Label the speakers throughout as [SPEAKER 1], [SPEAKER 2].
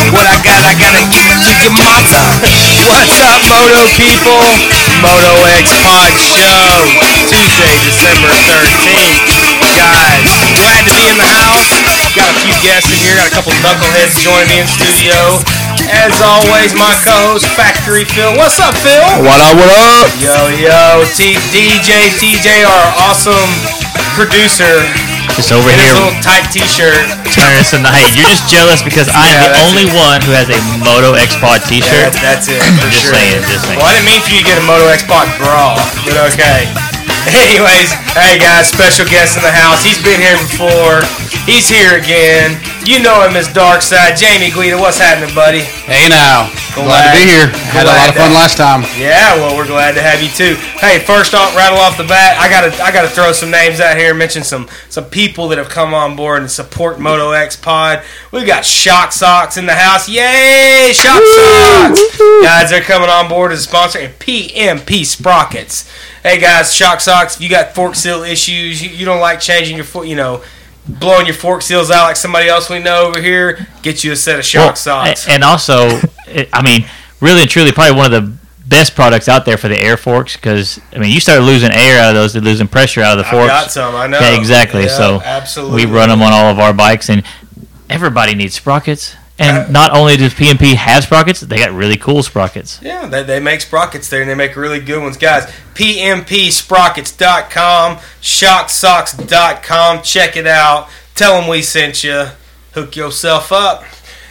[SPEAKER 1] I gotta give it to your mother. What's up, Moto people? Moto X Pod Show, Tuesday, December 13th. Guys, glad to be in the house. Got a few guests in here, got a couple knuckleheads joining me in studio. As always, my co-host Factory Phil. What's up, Phil?
[SPEAKER 2] What up, what up?
[SPEAKER 1] Yo, yo, T- DJ, TJ, our awesome producer
[SPEAKER 3] Just over
[SPEAKER 1] in his
[SPEAKER 3] here
[SPEAKER 1] little tight t-shirt.
[SPEAKER 3] turning us tonight. You're just jealous because I'm
[SPEAKER 1] Yeah,
[SPEAKER 3] the
[SPEAKER 1] that's
[SPEAKER 3] only one who has a Moto X Pod
[SPEAKER 1] Yeah,
[SPEAKER 3] T-shirt.
[SPEAKER 1] that's it, for
[SPEAKER 3] just
[SPEAKER 1] sure.
[SPEAKER 3] saying, just saying.
[SPEAKER 1] Well, I didn't mean for you to get a Moto X Pod brawl, but okay. Anyways, hey guys, special guest in the house. He's been here before. He's here again. You know him as Darkside. Jamie Guida, what's happening, buddy?
[SPEAKER 2] Hey now, glad to be here. Had a lot of fun last time.
[SPEAKER 1] Yeah, well, we're glad to have you too. Hey, first off, rattle off the bat, I gotta, I gotta throw some names out here, mention some, some people that have come on board and support Moto X Pod. We've got Shock Socks in the house, yay, Shock Socks! Guys, they're coming on board as a sponsor, and PMP Sprockets. Hey guys, Shock Socks, if you got fork seal issues, you, you don't like changing your foot, you know, blowing your fork seals out like somebody else we know over here, get you a set of Shock
[SPEAKER 3] Well,
[SPEAKER 1] Socks.
[SPEAKER 3] a- And also, it- I mean, really and truly, probably one of the best products out there for the air forks because I mean, you start losing air out of those, they're losing pressure out of the
[SPEAKER 1] I've
[SPEAKER 3] forks.
[SPEAKER 1] got some, I know.
[SPEAKER 3] Yeah, exactly.
[SPEAKER 1] Yeah,
[SPEAKER 3] so
[SPEAKER 1] absolutely.
[SPEAKER 3] we run them on all of our bikes, and everybody needs sprockets. And not only does PMP have sprockets, they got really cool sprockets.
[SPEAKER 1] Yeah, they, they make sprockets there and they make really good ones. Guys, pmpsprockets.com, shocksocks.com. Check it out. Tell them we sent you. Hook yourself up.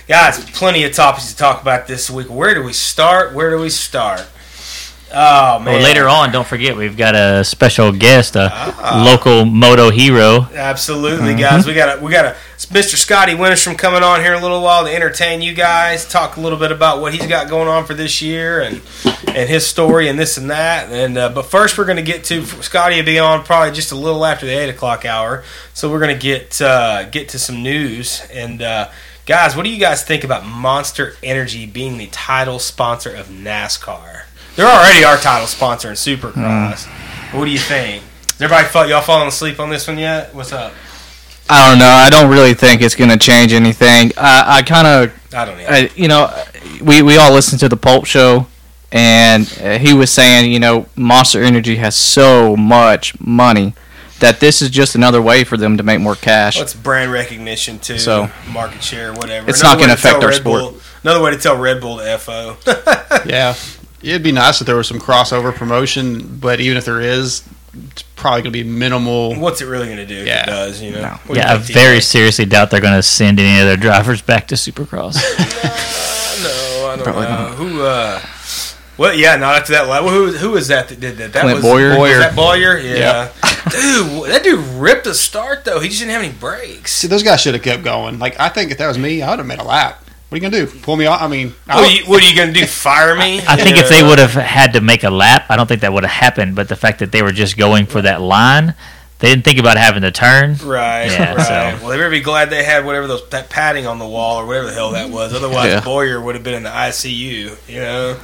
[SPEAKER 1] Guys, plenty of topics to talk about this week. Where do we start? Where do we start? Oh, man.
[SPEAKER 3] Well, later on, don't forget we've got a special guest, a
[SPEAKER 1] Ah.
[SPEAKER 3] local moto hero.
[SPEAKER 1] Absolutely, guys. We got a, we got a Mr. Scotty Winterstrom coming on here in a little while to entertain you guys, talk a little bit about what he's got going on for this year and and his story and this and that. And uh, but first, we're going to get to Scotty will be on probably just a little after the eight o'clock hour, so we're going to get uh, get to some news and. Uh, Guys, what do you guys think about Monster Energy being the title sponsor of NASCAR? They're already our title sponsor in Supercross. What do you think? Is everybody fall, y'all falling asleep on this one yet? What's up?
[SPEAKER 2] I don't know. I don't really think it's gonna change anything. I, I kind of
[SPEAKER 1] I don't know.
[SPEAKER 2] I, you know, we, we all listened to the Pulp Show, and uh, he was saying, you know, Monster Energy has so much money that this is just another way for them to make more cash.
[SPEAKER 1] What's brand recognition too?
[SPEAKER 2] So-
[SPEAKER 1] market share, whatever.
[SPEAKER 2] It's
[SPEAKER 1] Another
[SPEAKER 2] not gonna
[SPEAKER 1] way to tell
[SPEAKER 2] affect our
[SPEAKER 1] Red
[SPEAKER 2] sport.
[SPEAKER 1] Bull- another way to tell Red Bull to FO.
[SPEAKER 4] Yeah, it'd be nice if there was some crossover promotion, but even if there is, it's probably gonna be minimal.
[SPEAKER 1] What's it really going to do? If
[SPEAKER 4] Yeah.
[SPEAKER 1] it does you know?
[SPEAKER 2] No.
[SPEAKER 1] What do
[SPEAKER 3] Yeah, I
[SPEAKER 1] you think,
[SPEAKER 3] very
[SPEAKER 1] TJ?
[SPEAKER 3] seriously doubt they're going to send any of their drivers back to Supercross.
[SPEAKER 1] No, I don't
[SPEAKER 2] Probably
[SPEAKER 1] know who. uh well, yeah, not after that level. Who who was that that did that? That
[SPEAKER 2] Clint
[SPEAKER 1] was
[SPEAKER 2] Boyer.
[SPEAKER 1] Was that Boyer, yeah. dude, that dude ripped a start though. He just didn't have any brakes.
[SPEAKER 4] See, those guys should have kept going. Like, I think if that was me, I would have made a lap. What are you gonna do? Pull me off? I mean, I
[SPEAKER 1] What are
[SPEAKER 4] don't-
[SPEAKER 1] you, what are you gonna do? Fire me?
[SPEAKER 3] I think if
[SPEAKER 1] Yeah.
[SPEAKER 3] they would have had to make a lap, I don't think that would have happened. But the fact that they were just going for that line, they didn't think about having to turn.
[SPEAKER 1] Right,
[SPEAKER 3] Yeah,
[SPEAKER 1] right.
[SPEAKER 3] so-
[SPEAKER 1] Well, they better be glad they had whatever those that padding on the wall or whatever the hell that was. Otherwise,
[SPEAKER 2] Yeah.
[SPEAKER 1] Boyer would have been in the ICU. You know.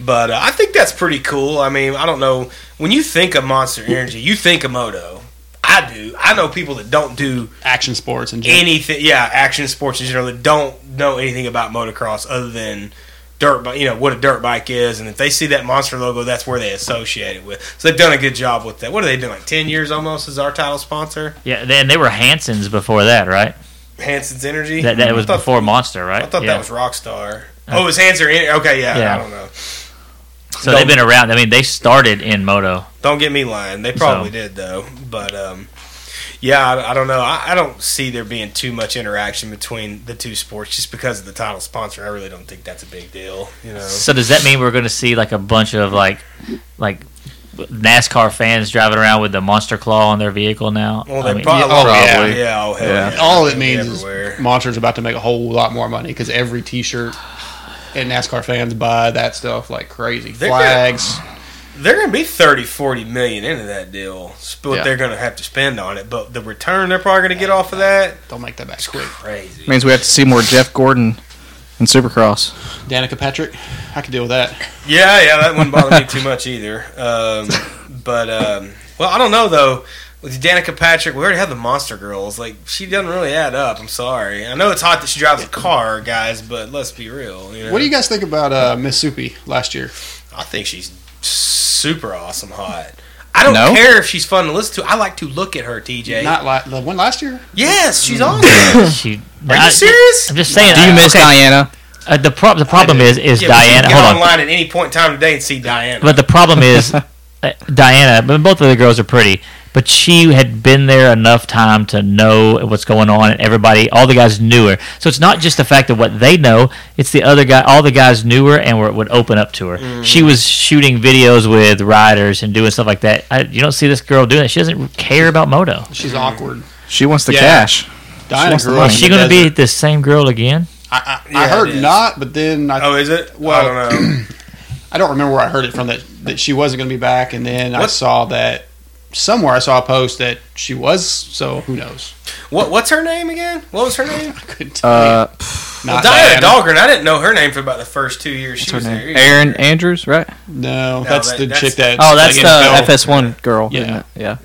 [SPEAKER 1] But uh, I think that's pretty cool. I mean, I don't know. When you think of Monster Energy, you think of Moto. I do. I know people that don't do
[SPEAKER 4] action sports and general.
[SPEAKER 1] anything. Yeah, action sports in general that don't know anything about motocross other than dirt. bi- You know what a dirt bike is, and if they see that monster logo, that's where they associate it with. So they've done a good job with that. What are they doing? Like ten years almost as our title sponsor.
[SPEAKER 3] Yeah, then they were Hansons before that, right?
[SPEAKER 1] Hanson's Energy.
[SPEAKER 3] That, that was
[SPEAKER 1] I thought,
[SPEAKER 3] before Monster, right?
[SPEAKER 1] I thought
[SPEAKER 3] Yeah. Uh,
[SPEAKER 1] that was Rockstar. Oh, it was Hanser Energy. Okay, yeah,
[SPEAKER 3] Yeah.
[SPEAKER 1] I don't know.
[SPEAKER 3] So they've been around. I mean, they started in moto.
[SPEAKER 1] Don't get me lying. They probably
[SPEAKER 3] So.
[SPEAKER 1] did though, but um, yeah, I, I don't know. I, I don't see there being too much interaction between the two sports just because of the title sponsor. I really don't think that's a big deal. You know,
[SPEAKER 3] So does that mean we're going to see like a bunch of like, like NASCAR fans driving around with the Monster Claw on their vehicle now?
[SPEAKER 1] well,
[SPEAKER 3] I
[SPEAKER 1] they
[SPEAKER 3] mean,
[SPEAKER 1] probably,
[SPEAKER 4] yeah, oh,
[SPEAKER 1] yeah,
[SPEAKER 2] probably.
[SPEAKER 1] yeah, oh, hell
[SPEAKER 2] Yeah.
[SPEAKER 1] yeah.
[SPEAKER 4] All it
[SPEAKER 1] They'll be
[SPEAKER 4] means is
[SPEAKER 1] everywhere.
[SPEAKER 4] Monster's about to make a whole lot more money because every T-shirt and NASCAR fans buy that stuff like crazy.
[SPEAKER 1] They're gonna-
[SPEAKER 4] Flags.
[SPEAKER 1] they're going to be 30, 40 million into that deal. It's what
[SPEAKER 2] Yeah.
[SPEAKER 1] they're going to have to spend on it, but the return they're probably going to get off of that,
[SPEAKER 4] Don't make that back quick.
[SPEAKER 1] crazy.
[SPEAKER 2] means we have to see more Jeff Gordon in Supercross.
[SPEAKER 4] Danica Patrick, I could deal with that.
[SPEAKER 1] Yeah, yeah, that wouldn't bother me too much either. Um, but um, well, I don't know though. with Danica Patrick, we already have the Monster Girls. Like she doesn't really add up. I'm sorry. I know it's hot that she drives a car, guys, but let's be real. You know?
[SPEAKER 4] What do you guys think about uh, Miss Soupy last year?
[SPEAKER 1] I think she's super awesome hot. I don't
[SPEAKER 2] No?
[SPEAKER 1] care if she's fun to listen to. I like to look at her, TJ.
[SPEAKER 4] Not la- the one last year.
[SPEAKER 1] yes, she's
[SPEAKER 3] Mm-hmm.
[SPEAKER 1] awesome.
[SPEAKER 3] She,
[SPEAKER 1] Are you serious?
[SPEAKER 3] I'm just saying.
[SPEAKER 2] Do you miss
[SPEAKER 3] okay,
[SPEAKER 2] Diana?
[SPEAKER 3] uh, the, pro- the problem is is
[SPEAKER 1] Yeah, but you can
[SPEAKER 3] Diana.
[SPEAKER 1] Get
[SPEAKER 3] Hold on.
[SPEAKER 1] online at any point in time today and see Diana.
[SPEAKER 3] But the problem is uh, Diana. But both of the girls are pretty. But she had been there enough time to know what's going on, and everybody, all the guys knew her. So it's not just the fact of what they know; it's the other guy. All the guys knew her and were, would open up to her.
[SPEAKER 4] Mm.
[SPEAKER 3] She was shooting videos with riders and doing stuff like that. I, you don't see this girl doing it. She doesn't care about moto.
[SPEAKER 4] She's
[SPEAKER 1] Mm-hmm.
[SPEAKER 4] awkward.
[SPEAKER 2] She wants the
[SPEAKER 4] Yeah.
[SPEAKER 2] cash.
[SPEAKER 4] Diana
[SPEAKER 2] wants the
[SPEAKER 4] grew
[SPEAKER 2] money.
[SPEAKER 4] up.
[SPEAKER 3] Is
[SPEAKER 4] in
[SPEAKER 3] she
[SPEAKER 4] the
[SPEAKER 3] going to be
[SPEAKER 4] desert.
[SPEAKER 3] the same girl again?
[SPEAKER 4] I, I,
[SPEAKER 1] Yeah,
[SPEAKER 4] I
[SPEAKER 1] it
[SPEAKER 4] heard
[SPEAKER 1] is.
[SPEAKER 4] not, but then I,
[SPEAKER 1] oh, is it?
[SPEAKER 4] Well-
[SPEAKER 1] Well, I don't know.
[SPEAKER 4] I don't remember where I heard it from that that she wasn't going to be back, and then I
[SPEAKER 1] What?
[SPEAKER 4] saw that somewhere I saw a post that she was. So who knows?
[SPEAKER 1] What what's her name again? What was her name?
[SPEAKER 4] I couldn't tell
[SPEAKER 2] Uh,
[SPEAKER 4] you.
[SPEAKER 1] Well,
[SPEAKER 4] Not
[SPEAKER 1] Diana, Dahlgren. I didn't know her name for about the first two years she
[SPEAKER 2] what's
[SPEAKER 1] was
[SPEAKER 2] her
[SPEAKER 1] there.
[SPEAKER 2] name? Aaron Andrews, right?
[SPEAKER 4] No, that's
[SPEAKER 1] that-
[SPEAKER 4] the
[SPEAKER 1] that's-
[SPEAKER 4] chick that.
[SPEAKER 2] Oh, that's
[SPEAKER 4] like,
[SPEAKER 2] the
[SPEAKER 4] fell-
[SPEAKER 2] FS1 girl.
[SPEAKER 4] Yeah.
[SPEAKER 2] isn't it? yeah.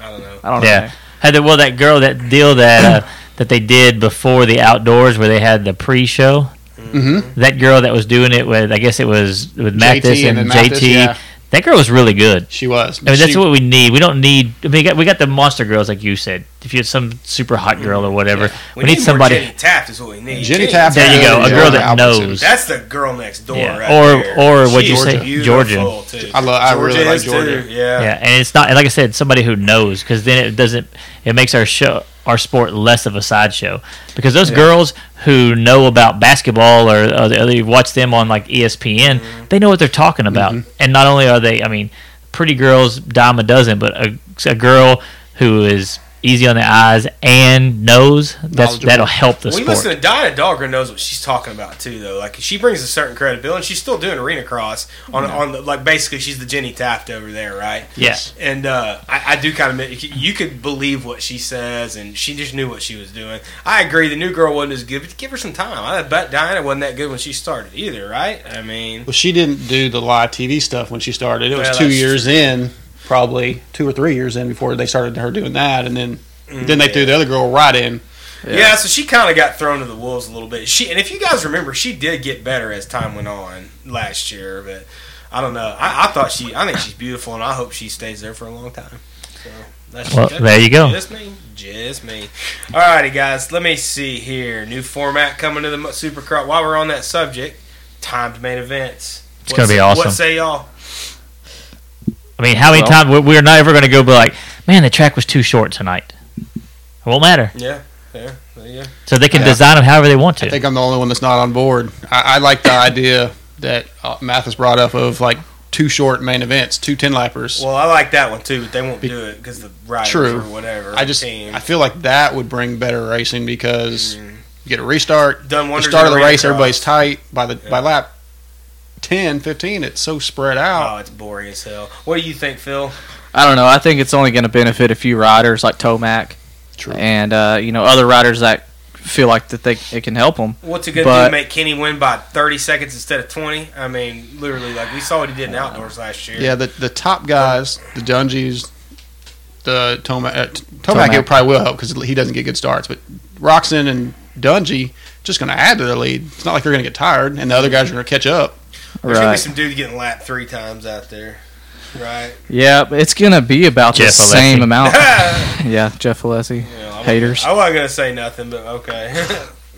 [SPEAKER 1] I don't know.
[SPEAKER 2] I don't know.
[SPEAKER 3] Yeah. Had the, well that girl that deal that uh, that they did before the outdoors where they had the pre-show.
[SPEAKER 4] Mhm.
[SPEAKER 3] That girl that was doing it with I guess it was with Mathis and,
[SPEAKER 4] then
[SPEAKER 3] JT.
[SPEAKER 4] Mathis, yeah.
[SPEAKER 3] That girl was really good.
[SPEAKER 4] She was.
[SPEAKER 3] I mean, that's
[SPEAKER 4] She-
[SPEAKER 3] what we need. We don't need. I mean, we got, we got the monster girls like you said. If you had some super hot girl or whatever, we, need,
[SPEAKER 1] more
[SPEAKER 3] somebody.
[SPEAKER 1] Jenny Taft is what we need.
[SPEAKER 4] Jenny Taft.
[SPEAKER 3] There you go, a
[SPEAKER 4] Yeah.
[SPEAKER 3] girl that
[SPEAKER 4] Albertson.
[SPEAKER 3] knows.
[SPEAKER 1] That's the girl next door,
[SPEAKER 3] Yeah.
[SPEAKER 1] right
[SPEAKER 3] Or-
[SPEAKER 1] there.
[SPEAKER 3] or what'd you
[SPEAKER 1] She's
[SPEAKER 3] say?
[SPEAKER 1] beautiful, too.
[SPEAKER 4] I love- I really like
[SPEAKER 1] is, too.
[SPEAKER 4] Georgia.
[SPEAKER 1] Yeah.
[SPEAKER 3] Yeah, and it's not and like I said, somebody who knows because then it doesn't. It makes our show, our sport, less of a sideshow because those girls who know about basketball or, or the other, you watch them on like E ESPN, they know what they're talking about. And not only are they, I mean, pretty girls dime a dozen, but a, a girl who is easy on the eyes and knows that's
[SPEAKER 4] Knowledgeable.
[SPEAKER 3] that'll help the
[SPEAKER 1] Well, you
[SPEAKER 3] sport.
[SPEAKER 1] listen to Diana Dahlgren knows what she's talking about too, though. Like she brings a certain credibility. and She's still doing arena cross on on the, like basically she's the Jenny Taft over there, right?
[SPEAKER 3] Yeah.
[SPEAKER 1] And uh, I, I do kind of you could believe what she says, and she just knew what she was doing. I agree. The new girl wasn't as good, but give her some time. I bet Diana wasn't that good when she started either, right? I mean,
[SPEAKER 4] Well, she didn't do the live TV stuff when she started. It was
[SPEAKER 1] Well,
[SPEAKER 4] two
[SPEAKER 1] that's
[SPEAKER 4] years in, probably two or three years in before they started her doing that, and then Mm-hmm. then
[SPEAKER 1] mm,
[SPEAKER 4] they threw the other girl right in.
[SPEAKER 1] yeah. so she kind of got thrown to the wolves a little bit. She and if you guys remember, she did get better as time went on last year, but. I don't know. I, I thought she. I think she's beautiful, and I hope she stays there for a long time. So that's
[SPEAKER 3] Well, there you go.
[SPEAKER 1] Just me, just me. Alrighty, guys. Let me see here. New format coming to the Mo- Supercross. While we're on that subject, timed main events. It's
[SPEAKER 3] gonna be awesome.
[SPEAKER 1] What say y'all?
[SPEAKER 3] I mean, how many
[SPEAKER 2] Well-
[SPEAKER 3] times we're, we're not ever going to go be like, man, the track was too short tonight. It won't matter.
[SPEAKER 1] Yeah, yeah, yeah.
[SPEAKER 3] So they can
[SPEAKER 4] Yeah.
[SPEAKER 3] design them however they want to.
[SPEAKER 4] I think I'm the only one that's not on board. I, I like the idea that uh, Mathis brought up of like two short main events, two ten lappers.
[SPEAKER 1] Well, I like that one too, but they won't do it because the riders
[SPEAKER 4] True.
[SPEAKER 1] or whatever.
[SPEAKER 4] I just
[SPEAKER 1] team.
[SPEAKER 4] I feel like that would bring better racing because you get a restart,
[SPEAKER 1] done
[SPEAKER 4] the
[SPEAKER 1] wonders
[SPEAKER 4] start of
[SPEAKER 1] in
[SPEAKER 4] the race,
[SPEAKER 1] Rallycross.
[SPEAKER 4] everybody's tight by the
[SPEAKER 1] Yeah.
[SPEAKER 4] by lap 10, 15, It's so spread out.
[SPEAKER 1] Oh, it's boring as hell. What do you think, Phil?
[SPEAKER 2] I don't know. I think it's only going to benefit a few riders like Tomac
[SPEAKER 4] True.
[SPEAKER 2] and uh, you know other riders that feel like that they it can help them.
[SPEAKER 1] What's it gonna do?
[SPEAKER 2] But-
[SPEAKER 1] Make Kenny win by thirty seconds instead of twenty? I mean, literally, like we saw what he did in outdoors last year.
[SPEAKER 4] Yeah, the the top guys, the Dungies, the Tomac. Uh, Tomac,
[SPEAKER 2] Tomac.
[SPEAKER 4] It probably will help because he doesn't get good starts. But Roxon and Dungy just going to add to their lead. It's not like they're going to get tired, and the other guys are going to catch up.
[SPEAKER 1] There's gonna be
[SPEAKER 2] Right.
[SPEAKER 1] some dude getting lapped three times out there, right?
[SPEAKER 2] Yeah, but it's going to be about the
[SPEAKER 3] Jeff Alesi.
[SPEAKER 2] same amount. yeah, Jeff Alessi.
[SPEAKER 1] You know, I'm-
[SPEAKER 2] Haters.
[SPEAKER 1] I wasn't gonna say nothing, but okay.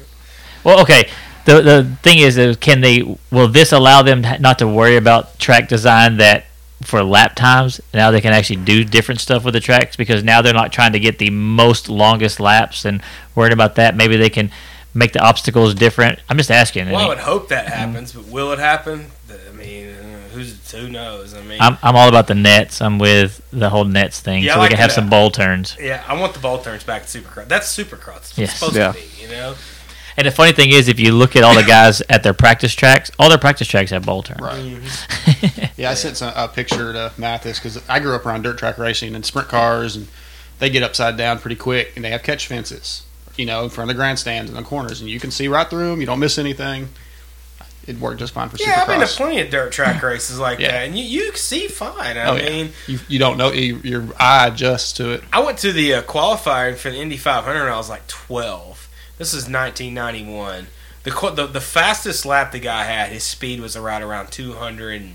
[SPEAKER 3] well, okay. The the thing is, is, can they? Will this allow them to- not to worry about track design that for lap times? Now they can actually do different stuff with the tracks because now they're not trying to get the most longest laps and worried about that. Maybe they can make the obstacles different. I'm just asking.
[SPEAKER 1] well, I would hope that happens, but will it happen? I mean, uh, who's who knows? I mean,
[SPEAKER 3] I'm, I'm all about the nets. I'm with the whole nets thing,
[SPEAKER 1] Yeah,
[SPEAKER 3] so
[SPEAKER 1] I
[SPEAKER 3] we
[SPEAKER 1] like
[SPEAKER 3] can have
[SPEAKER 1] that.
[SPEAKER 3] some bowl turns.
[SPEAKER 1] yeah, I want the ball turns back to Supercross. That's Supercross. That's what
[SPEAKER 3] Yes.
[SPEAKER 1] it's supposed to
[SPEAKER 2] Yeah.
[SPEAKER 1] be, you know.
[SPEAKER 3] And the funny thing is, if you look at all the guys at their practice tracks, all their practice tracks have bowl turns.
[SPEAKER 4] Right. yeah, I sent some, a picture to Mathis because I grew up around dirt track racing and sprint cars, and they get upside down pretty quick, and they have catch fences, you know, in front of the grandstands and the corners, and you can see right through them. You don't miss anything. it worked just fine for
[SPEAKER 1] Yeah, I've been to
[SPEAKER 4] Supercross.
[SPEAKER 1] plenty of dirt track races like
[SPEAKER 4] Yeah.
[SPEAKER 1] that, and you, you see fine. I
[SPEAKER 4] Oh, yeah.
[SPEAKER 1] mean,
[SPEAKER 4] you, you don't know you, your eye adjusts to it.
[SPEAKER 1] I went to the uh, qualifying for the Indy 500 when I was like 12. This is 1991. The, qu- the the fastest lap the guy had, his speed was right around 200 and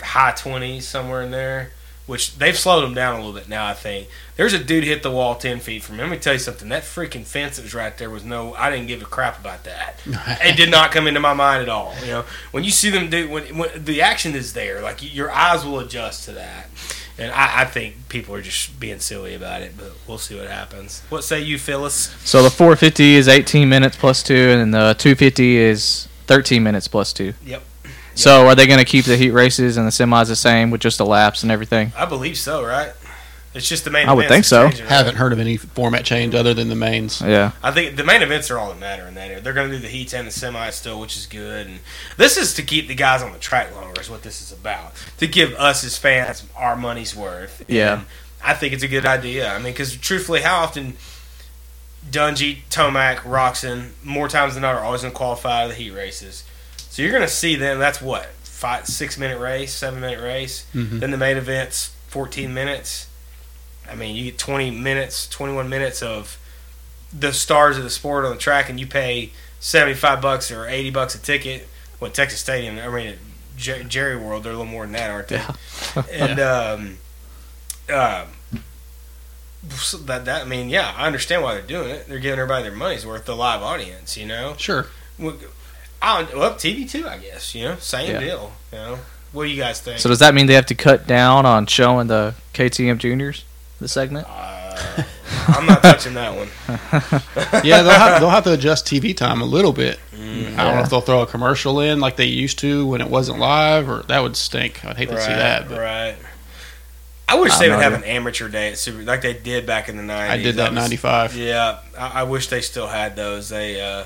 [SPEAKER 1] high 20s, somewhere in there, which they've slowed him down a little bit now, I think. There's a dude hit the wall 10 feet from him. Let me tell you something. That freaking fence that was right there was no, I didn't give a crap about that it did not come into my mind at all. You know, when you see them do when, when the action is there, like y- your eyes will adjust to that. And I, I think people are just being silly about it, but we'll see what happens. What say you, Phyllis?
[SPEAKER 2] So the 450 is 18 minutes plus two, and the 250 is 13 minutes plus two.
[SPEAKER 1] Yep.
[SPEAKER 2] So are they going to keep the heat races and the semis the same with just the laps and everything?
[SPEAKER 1] I believe so, right? It's just the main.
[SPEAKER 2] I would
[SPEAKER 1] events that's
[SPEAKER 2] think so.
[SPEAKER 1] changing, right?
[SPEAKER 4] Haven't heard of any format change other than the mains.
[SPEAKER 2] Yeah.
[SPEAKER 1] I think the main events are all that matter in that area. They're going to do the heats and the semis still, which is good. And this is to keep the guys on the track longer. Is what this is about. To give us as fans our money's worth.
[SPEAKER 2] Yeah.
[SPEAKER 1] And I think it's a good idea. I mean, because truthfully, how often Dungy, Tomac, Roxon, more times than not, are always going to qualify the heat races. So you're going to see them. That's what five, six minute race, seven minute race.
[SPEAKER 4] Mhm.
[SPEAKER 1] Then the main events, fourteen minutes. I mean, you get twenty minutes, twenty one minutes of the stars of the sport on the track, and you pay seventy five bucks or eighty bucks a ticket. Well, Texas Stadium, I mean, Jer- Jerry World, they're a little more than that, aren't they? and um, um, so that that I mean, yeah, I understand why they're doing it. They're giving everybody their money's worth, the live audience, you know.
[SPEAKER 4] Sure.
[SPEAKER 1] Well, I don't- well, TV too, I guess. You know, same
[SPEAKER 2] Yeah.
[SPEAKER 1] deal. You know, what do you guys think?
[SPEAKER 2] So does that mean they have to cut down on showing the KTM juniors the segment?
[SPEAKER 1] uh, I'm not touching that one.
[SPEAKER 4] Yeah, they'll have, they'll have to adjust TV time a little bit.
[SPEAKER 1] Mm.
[SPEAKER 4] I don't know
[SPEAKER 2] Yeah.
[SPEAKER 4] if they'll throw a commercial in like they used to when it wasn't live, or that would stink. I'd hate to see that. But
[SPEAKER 1] right. I wish
[SPEAKER 2] I'm
[SPEAKER 1] they would
[SPEAKER 2] not
[SPEAKER 1] have an amateur day at Super, like they did back in the '90s.
[SPEAKER 4] I did that in
[SPEAKER 1] was-
[SPEAKER 4] '95.
[SPEAKER 1] Yeah, I, I wish they still had those. They uh,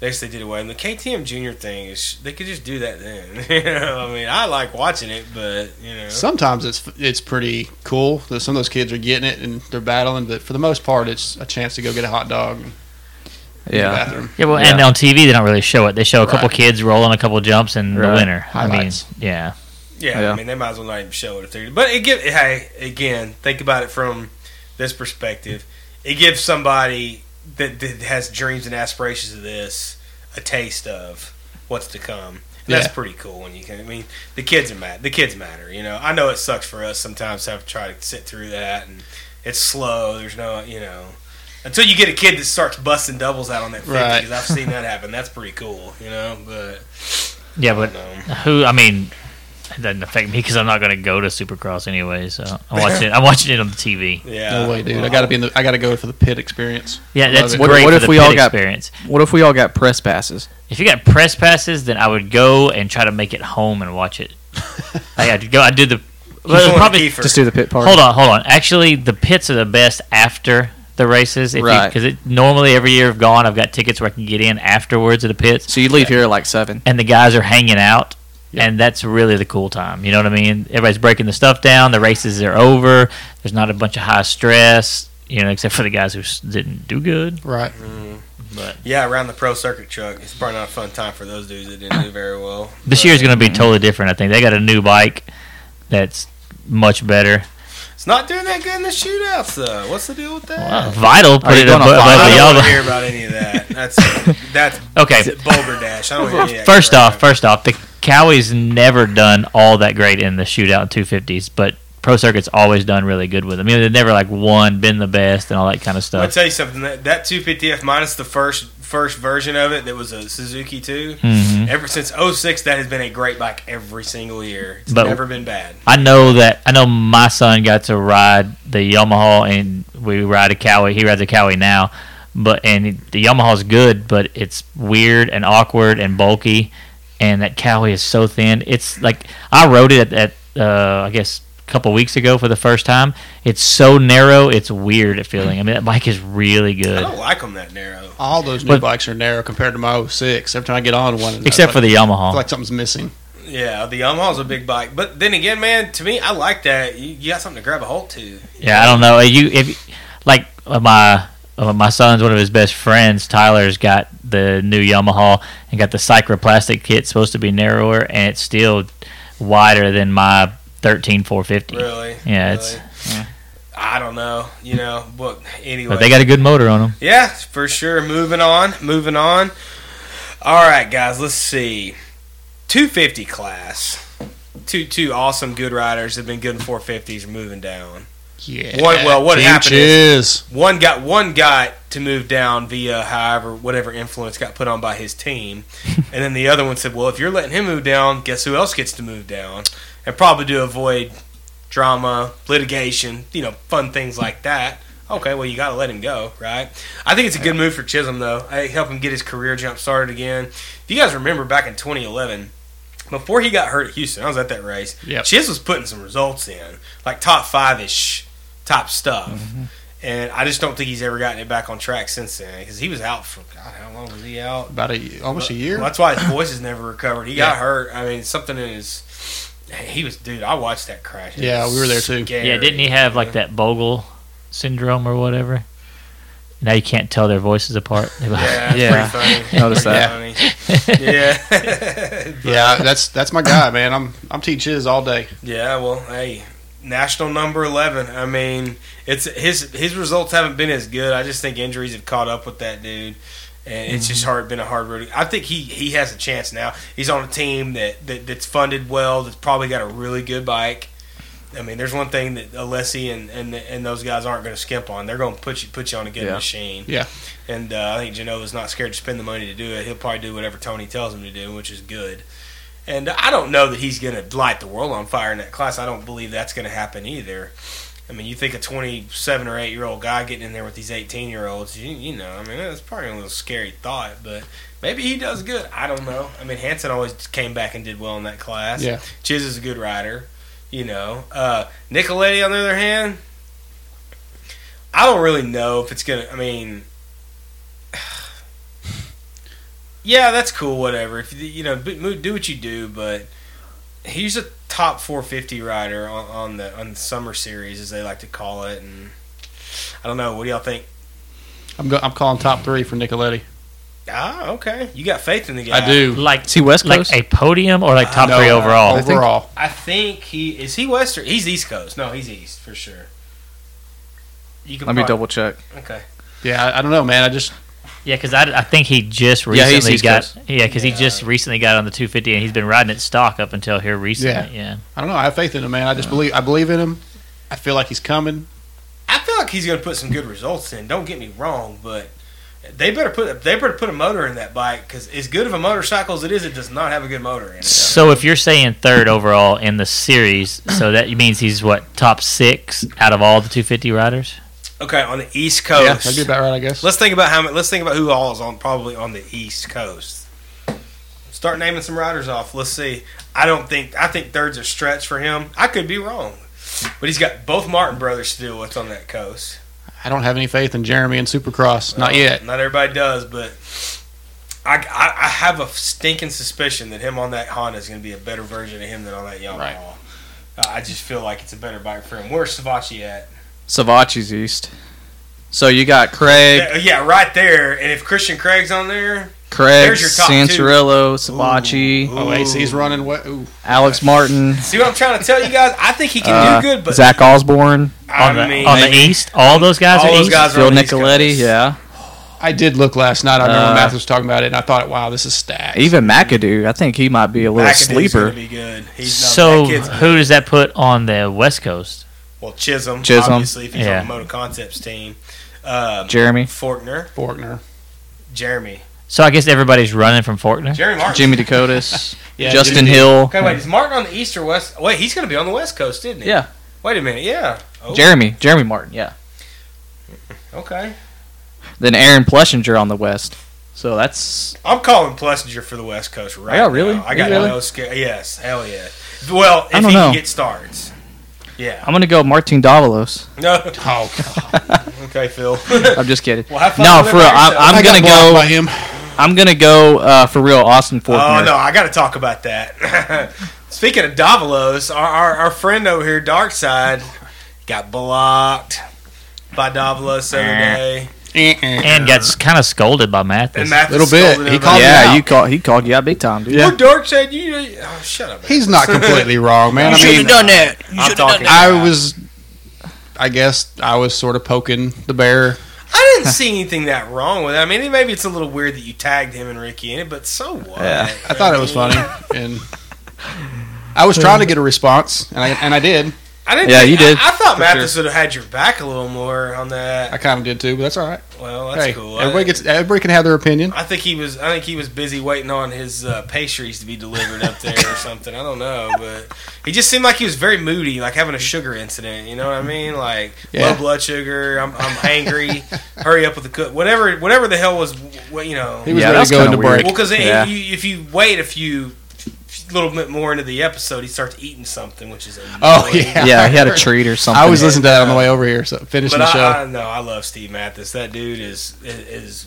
[SPEAKER 1] they they did away. And the KTM Junior thing is they could just do that then. you know, I mean, I like watching it, but you know,
[SPEAKER 4] Sometimes it's it's pretty cool that some of those kids are getting it and they're battling, but for the most part, it's a chance to go get a hot dog. And yeah.
[SPEAKER 2] Yeah.
[SPEAKER 4] bathroom.
[SPEAKER 3] Yeah, well, and
[SPEAKER 2] Yeah.
[SPEAKER 3] on TV they don't really show it. They show a couple
[SPEAKER 4] Right.
[SPEAKER 3] kids rolling a couple jumps and the
[SPEAKER 2] Right.
[SPEAKER 3] winner.
[SPEAKER 4] Highlights.
[SPEAKER 3] I mean, yeah,
[SPEAKER 1] yeah,
[SPEAKER 2] Yeah.
[SPEAKER 1] I mean, they might as well not even show it if they. But it give hey again, think about it from this perspective. It gives somebody that, that has dreams and aspirations of this a taste of what's to come. And
[SPEAKER 4] Yeah.
[SPEAKER 1] That's pretty cool when you can. I mean, the kids are mad. The kids matter, you know. I know it sucks for us sometimes to have to try to sit through that, and it's slow. There's no, you know, until you get a kid that starts busting doubles out on that 50
[SPEAKER 4] Right.
[SPEAKER 1] because I've seen that happen. That's pretty cool, you know. But
[SPEAKER 3] yeah, but
[SPEAKER 1] um,
[SPEAKER 3] who? I mean, it doesn't affect me because I'm not going to go to Supercross anyway. So I'm watching it. I'm watching it on the TV.
[SPEAKER 1] yeah,
[SPEAKER 4] No way, dude! I
[SPEAKER 1] Well,
[SPEAKER 4] gotta be in the. I gotta go for the pit experience.
[SPEAKER 3] Yeah,
[SPEAKER 4] Love
[SPEAKER 3] that's
[SPEAKER 4] it.
[SPEAKER 2] What-
[SPEAKER 3] great
[SPEAKER 2] what
[SPEAKER 3] for
[SPEAKER 2] if
[SPEAKER 3] the
[SPEAKER 2] we
[SPEAKER 3] pit
[SPEAKER 2] all got-
[SPEAKER 3] experience.
[SPEAKER 2] What if we all got press passes?
[SPEAKER 3] If you got press passes, then I would go and try to make it home and watch it. I had to go. I did the.
[SPEAKER 1] Keep
[SPEAKER 3] Well,
[SPEAKER 1] going,
[SPEAKER 3] probably,
[SPEAKER 1] Kiefer.
[SPEAKER 2] Just do the pit party.
[SPEAKER 3] hold on, hold on. Actually, the pits are the best after the races, if
[SPEAKER 2] Right.
[SPEAKER 3] Because it normally every year I've gone, I've got tickets where I can get in afterwards at the pits,
[SPEAKER 2] So you leave here at like seven.
[SPEAKER 3] and the guys are hanging out,
[SPEAKER 4] Yeah.
[SPEAKER 3] and that's really the cool time. You know what I mean? Everybody's breaking the stuff down. The races are over. There's not a bunch of high stress. You know, except for the guys who s- didn't do good.
[SPEAKER 4] Right.
[SPEAKER 3] But
[SPEAKER 1] Yeah, around the pro circuit truck. It's probably not a fun time for those dudes that didn't do very well.
[SPEAKER 3] This
[SPEAKER 1] But
[SPEAKER 3] year's going to be totally different. I think they got a new bike that's much better.
[SPEAKER 1] It's not doing that good in the shootouts, though. What's the deal with that?
[SPEAKER 3] Vital put
[SPEAKER 2] you
[SPEAKER 3] it
[SPEAKER 2] going
[SPEAKER 3] above,
[SPEAKER 2] on Vital?
[SPEAKER 1] I
[SPEAKER 3] the
[SPEAKER 1] don't want to
[SPEAKER 3] yellow.
[SPEAKER 1] hear about any of that. That's that's
[SPEAKER 3] Okay.
[SPEAKER 1] Boulder dash. I don't wanna hear any of that
[SPEAKER 3] First
[SPEAKER 1] crap.
[SPEAKER 3] off, first off, the Cowie's never done all that great in the shootout 250s, but Pro Circuit's always done really good with them. You know, they've never like won, been the best, and all that kind of
[SPEAKER 1] I'll
[SPEAKER 3] stuff.
[SPEAKER 1] tell you something. That, that 250F minus the first first version of it that was a Suzuki 2.
[SPEAKER 3] Mhm.
[SPEAKER 1] Ever since 06, that has been a great bike every single year. It's
[SPEAKER 3] But-
[SPEAKER 1] never been bad.
[SPEAKER 3] I know that I know my son got to ride the Yamaha, and we ride a Cowie. He rides a Cowie now, but and the Yamaha's good, but it's weird and awkward and bulky, and that Cowie is so thin. It's like I rode it at, at uh, I guess a couple weeks ago for the first time. It's so narrow. It's weird at feeling. I mean, that bike is really
[SPEAKER 1] I
[SPEAKER 3] good,
[SPEAKER 1] don't like them that narrow.
[SPEAKER 4] All those new
[SPEAKER 3] But-
[SPEAKER 4] bikes are narrow compared to my 06. Every time I get on one,
[SPEAKER 3] except for the
[SPEAKER 4] I
[SPEAKER 3] Yamaha.
[SPEAKER 4] feel like something's missing.
[SPEAKER 1] Yeah, the Yamaha's a big bike. But then again, man, to me, I like that. You, you got something to grab a hold to.
[SPEAKER 3] Yeah, I don't know. You if like uh, my uh, my son's one of his best friends, Tyler's got the new Yamaha and got the Cycroplastic kit supposed to be narrower and it's still wider than my 13450.
[SPEAKER 1] Really?
[SPEAKER 3] Yeah,
[SPEAKER 1] Really?
[SPEAKER 3] it's
[SPEAKER 1] I don't know. You know, but anyway.
[SPEAKER 3] but they got a good motor on them.
[SPEAKER 1] Yeah, for sure. Moving on, moving on. All right, guys, let's see. 250 class. Two two awesome good riders have been good in 450s are moving down.
[SPEAKER 4] Yeah.
[SPEAKER 1] What- well, what
[SPEAKER 4] Team
[SPEAKER 1] happened
[SPEAKER 4] Chiz.
[SPEAKER 1] One got one got to move down via however whatever influence got put on by his team, and then the other one said, "Well, if you're letting him move down, guess who else gets to move down?" And probably to avoid drama, litigation, you know, fun things like that. Okay, well, you got to let him go, right? I think it's a good move for Chisholm, though. I help him get his career jump started again. If you guys remember back in 2011, before he got hurt at Houston, I was at that race.
[SPEAKER 4] Yep.
[SPEAKER 1] Chiz was putting some results in, like top five ish, top stuff. And I just don't think he's ever gotten it back on track since then because he was out for God, how long was he out?
[SPEAKER 4] About a, almost a year.
[SPEAKER 1] Well, that's why his voice has never recovered. He got
[SPEAKER 4] Yeah.
[SPEAKER 1] hurt. I mean, something in his. He was, dude. I watched that crash. It
[SPEAKER 4] Yeah,
[SPEAKER 1] was
[SPEAKER 4] we were there, too.
[SPEAKER 1] scary.
[SPEAKER 3] Yeah, didn't he have like that Bogle syndrome or whatever? Now you can't tell their voices apart.
[SPEAKER 1] Yeah, it's
[SPEAKER 2] Yeah.
[SPEAKER 1] pretty funny.
[SPEAKER 2] Noticed
[SPEAKER 1] Pretty
[SPEAKER 2] that.
[SPEAKER 1] funny. Yeah,
[SPEAKER 4] Yeah, that's that's my guy, man. I'm I'm Team Chiz all day.
[SPEAKER 1] yeah. Well, hey, national number eleven. I mean, it's his his results haven't been as good. I just think injuries have caught up with that dude, and it's just hard been a hard road. I think he he has a chance now. He's on a team that, that that's funded well. That's probably got a really good bike. I mean, there's one thing that Alessi and, and and those guys aren't going to skimp on. They're going to put you put you on a good
[SPEAKER 2] Yeah.
[SPEAKER 1] machine.
[SPEAKER 4] Yeah.
[SPEAKER 1] And uh, I think Genova's not scared to spend the money to do it. He'll probably do whatever Tony tells him to do, which is good. And I don't know that he's going to light the world on fire in that class. I don't believe that's going to happen either. I mean, you think a 27 or 8 year old guy getting in there with these 18 year olds, you, you know, I mean, that's probably a little scary thought, but maybe he does good. I don't know. I mean, Hanson always came back and did well in that class.
[SPEAKER 4] Yeah.
[SPEAKER 1] Chiz is a good rider, you know. Uh, Nicoletti, on the other hand, I don't really know if it's gonna. I mean, yeah, that's cool. Whatever. If you- you know, b- mo- do what you do, but he's a top 450 rider on, on the on the summer series, as they like to call it. And I don't know. What do y'all think?
[SPEAKER 4] I'm go, I'm calling top three for Nicoletti.
[SPEAKER 1] Ah, okay. You got faith in the guy.
[SPEAKER 4] I do.
[SPEAKER 3] like
[SPEAKER 2] Is he West Coast?
[SPEAKER 3] like a podium or like top
[SPEAKER 1] No,
[SPEAKER 3] three
[SPEAKER 1] no.
[SPEAKER 3] overall.
[SPEAKER 2] I think-
[SPEAKER 4] Overall,
[SPEAKER 1] I think he is he West or he's East Coast. No, he's East for sure. You can
[SPEAKER 2] Let me
[SPEAKER 1] probably-
[SPEAKER 2] double check.
[SPEAKER 1] Okay.
[SPEAKER 4] yeah, I, I don't know, man. I just
[SPEAKER 3] Yeah, because I, I think he just
[SPEAKER 2] Yeah, he's
[SPEAKER 3] recently
[SPEAKER 2] East
[SPEAKER 3] got
[SPEAKER 2] Coast.
[SPEAKER 3] yeah because he
[SPEAKER 1] Yeah.
[SPEAKER 3] just recently got on the 250 and he's been riding it stock up until here recently. Yeah,
[SPEAKER 4] I don't know. I have faith in him, man. I just believe I believe in him. I feel like he's coming.
[SPEAKER 1] I feel like he's going to put some good results in. Don't get me wrong, but they better put they better put a motor in that bike because as good of a motorcycle as it is, it does not have a good motor in it.
[SPEAKER 3] So if you're saying third overall in the series, so that means he's what top six out of all the 250 riders.
[SPEAKER 1] Okay, on the East
[SPEAKER 4] Yeah,
[SPEAKER 1] Coast,
[SPEAKER 4] that'd be about right, I guess.
[SPEAKER 1] Oh. let's think about how ma- let's think about who all is on probably on the East Coast. Start naming some riders off. Let's see. I don't think I think third's a stretch for him. I could be wrong, but he's got both Martin brothers to deal with on that coast.
[SPEAKER 4] I don't have any faith in Jeremy and Supercross. Not
[SPEAKER 1] Well,
[SPEAKER 4] yet.
[SPEAKER 1] Not everybody does, but I, I, I have a stinking suspicion that him on that Honda is going to be a better version of him than on that Yamaha.
[SPEAKER 4] Right.
[SPEAKER 1] Uh, I just feel like it's a better bike for him. Where's Savachi at?
[SPEAKER 2] Savachi's East. So you got Craig,
[SPEAKER 1] Yeah, yeah, right there. And if Christian Craig's on there,
[SPEAKER 2] Craig,
[SPEAKER 1] there's your top two.
[SPEAKER 2] Santorello, Savachi,
[SPEAKER 1] Ooh.
[SPEAKER 4] Oh, AC's running. What? Ooh.
[SPEAKER 2] Alex Martin,
[SPEAKER 1] See what I'm trying to tell you guys? I think he can
[SPEAKER 2] uh,
[SPEAKER 1] do good, but
[SPEAKER 2] Zach Osborne,
[SPEAKER 1] I
[SPEAKER 3] On the,
[SPEAKER 1] mean,
[SPEAKER 3] on the East, all those guys
[SPEAKER 1] All
[SPEAKER 3] are
[SPEAKER 1] those
[SPEAKER 3] East.
[SPEAKER 1] guys are
[SPEAKER 2] Phil
[SPEAKER 1] on the East
[SPEAKER 2] Nicoletti.
[SPEAKER 1] Coast.
[SPEAKER 2] Yeah,
[SPEAKER 4] I did look last night. I remember
[SPEAKER 2] Uh,
[SPEAKER 4] Math was talking about it, and I thought, wow, this is stacked.
[SPEAKER 2] even McAdoo. I think he might be a little
[SPEAKER 1] McAdoo's gonna
[SPEAKER 2] sleeper.
[SPEAKER 1] Be good. He's not, that
[SPEAKER 3] So
[SPEAKER 1] kid's,
[SPEAKER 3] who does that put on the West Coast?
[SPEAKER 1] well, Chisholm,
[SPEAKER 2] Chisholm.
[SPEAKER 1] obviously, if he's
[SPEAKER 3] Yeah.
[SPEAKER 1] on the Moto Concepts team. Um,
[SPEAKER 2] Jeremy,
[SPEAKER 1] Fortner,
[SPEAKER 4] Forkner.
[SPEAKER 1] Jeremy,
[SPEAKER 3] So I guess everybody's running from Faulkner.
[SPEAKER 1] Jeremy Martin.
[SPEAKER 2] Jimmy Dakotas,
[SPEAKER 4] Yeah,
[SPEAKER 2] Justin
[SPEAKER 4] Jimmy-
[SPEAKER 2] Hill,
[SPEAKER 1] Okay, wait, is Martin on the east or west? Wait, he's going to be on the west coast, isn't he?
[SPEAKER 2] yeah,
[SPEAKER 1] Wait a minute, yeah. Oh,
[SPEAKER 2] Jeremy, Jeremy Martin, yeah.
[SPEAKER 1] Okay.
[SPEAKER 2] Then Aaron Plessinger on the West. So that's
[SPEAKER 1] I'm calling Plessinger for the west coast right
[SPEAKER 2] Yeah, really?
[SPEAKER 1] now. I got
[SPEAKER 2] You really?
[SPEAKER 1] no scare. Yes, hell yeah. Well, if
[SPEAKER 2] I don't
[SPEAKER 1] he
[SPEAKER 2] know.
[SPEAKER 1] can get starts. Yeah.
[SPEAKER 2] I'm gonna go Martin Davalos.
[SPEAKER 1] No.
[SPEAKER 4] Oh, God.
[SPEAKER 1] okay, Phil.
[SPEAKER 2] I'm just kidding.
[SPEAKER 1] Well, have fun
[SPEAKER 2] no,
[SPEAKER 1] with
[SPEAKER 2] for real,
[SPEAKER 1] that
[SPEAKER 2] I'm,
[SPEAKER 1] yourself.
[SPEAKER 2] I'm
[SPEAKER 4] I got
[SPEAKER 2] gonna
[SPEAKER 4] blocked by
[SPEAKER 2] go.
[SPEAKER 4] him.
[SPEAKER 2] I'm gonna go uh, for real. Austin Fortner.
[SPEAKER 1] Oh, no, I got to talk about that. Speaking of Davalos, our, our, our friend over here,
[SPEAKER 4] Ah.
[SPEAKER 1] Darkside, got blocked by Davalos the other day.
[SPEAKER 4] Eh,
[SPEAKER 3] and got kind of scolded by Mathis.
[SPEAKER 1] And Mathis
[SPEAKER 4] Little bit.
[SPEAKER 1] scolded
[SPEAKER 4] He
[SPEAKER 1] him.
[SPEAKER 4] called
[SPEAKER 2] yeah,
[SPEAKER 4] out.
[SPEAKER 2] you call he called you out big time, dude.
[SPEAKER 1] Well, Dark said you. Oh, shut up.
[SPEAKER 4] He's not completely wrong, man. I mean,
[SPEAKER 2] done that. You
[SPEAKER 1] I'm talking.
[SPEAKER 4] I was, I guess, I was sort of poking the bear.
[SPEAKER 1] I didn't see anything that wrong with it. I mean, maybe it's a little weird that you tagged him and Ricky in it, but so what?
[SPEAKER 2] Yeah.
[SPEAKER 4] I thought it was funny, and I was trying to get a response, and I and I did.
[SPEAKER 1] I didn't.
[SPEAKER 2] Yeah,
[SPEAKER 1] think-
[SPEAKER 2] you did.
[SPEAKER 1] I, I thought
[SPEAKER 4] For
[SPEAKER 1] Mathis would have had your back a little more on that.
[SPEAKER 4] I kind of did too, but that's all right.
[SPEAKER 1] Well, that's
[SPEAKER 4] hey,
[SPEAKER 1] cool. I,
[SPEAKER 4] everybody gets everybody can have their opinion.
[SPEAKER 1] I think he was. I think he was busy waiting on his uh, pastries to be delivered up there or something. I don't know, but he just seemed like he was very moody, like having a sugar incident. You know what I mean? Like
[SPEAKER 4] Yeah.
[SPEAKER 1] low blood sugar. I'm, I'm hangry. hurry up with the cook. Whatever. Whatever the hell was. What you know?
[SPEAKER 4] He was
[SPEAKER 2] Yeah,
[SPEAKER 4] ready
[SPEAKER 2] that's
[SPEAKER 4] to go
[SPEAKER 2] kinda
[SPEAKER 4] into
[SPEAKER 2] weird.
[SPEAKER 4] break.
[SPEAKER 1] Well, because
[SPEAKER 2] Yeah.
[SPEAKER 1] you, if you wait a few, little bit more into the episode, he starts eating something, which is annoying.
[SPEAKER 4] Oh yeah,
[SPEAKER 2] Yeah, he had a treat or something.
[SPEAKER 4] I was listening to that on the way over here, so finishing
[SPEAKER 1] But
[SPEAKER 4] the show.
[SPEAKER 1] I, I no, I love Steve Mathis. That dude is is, is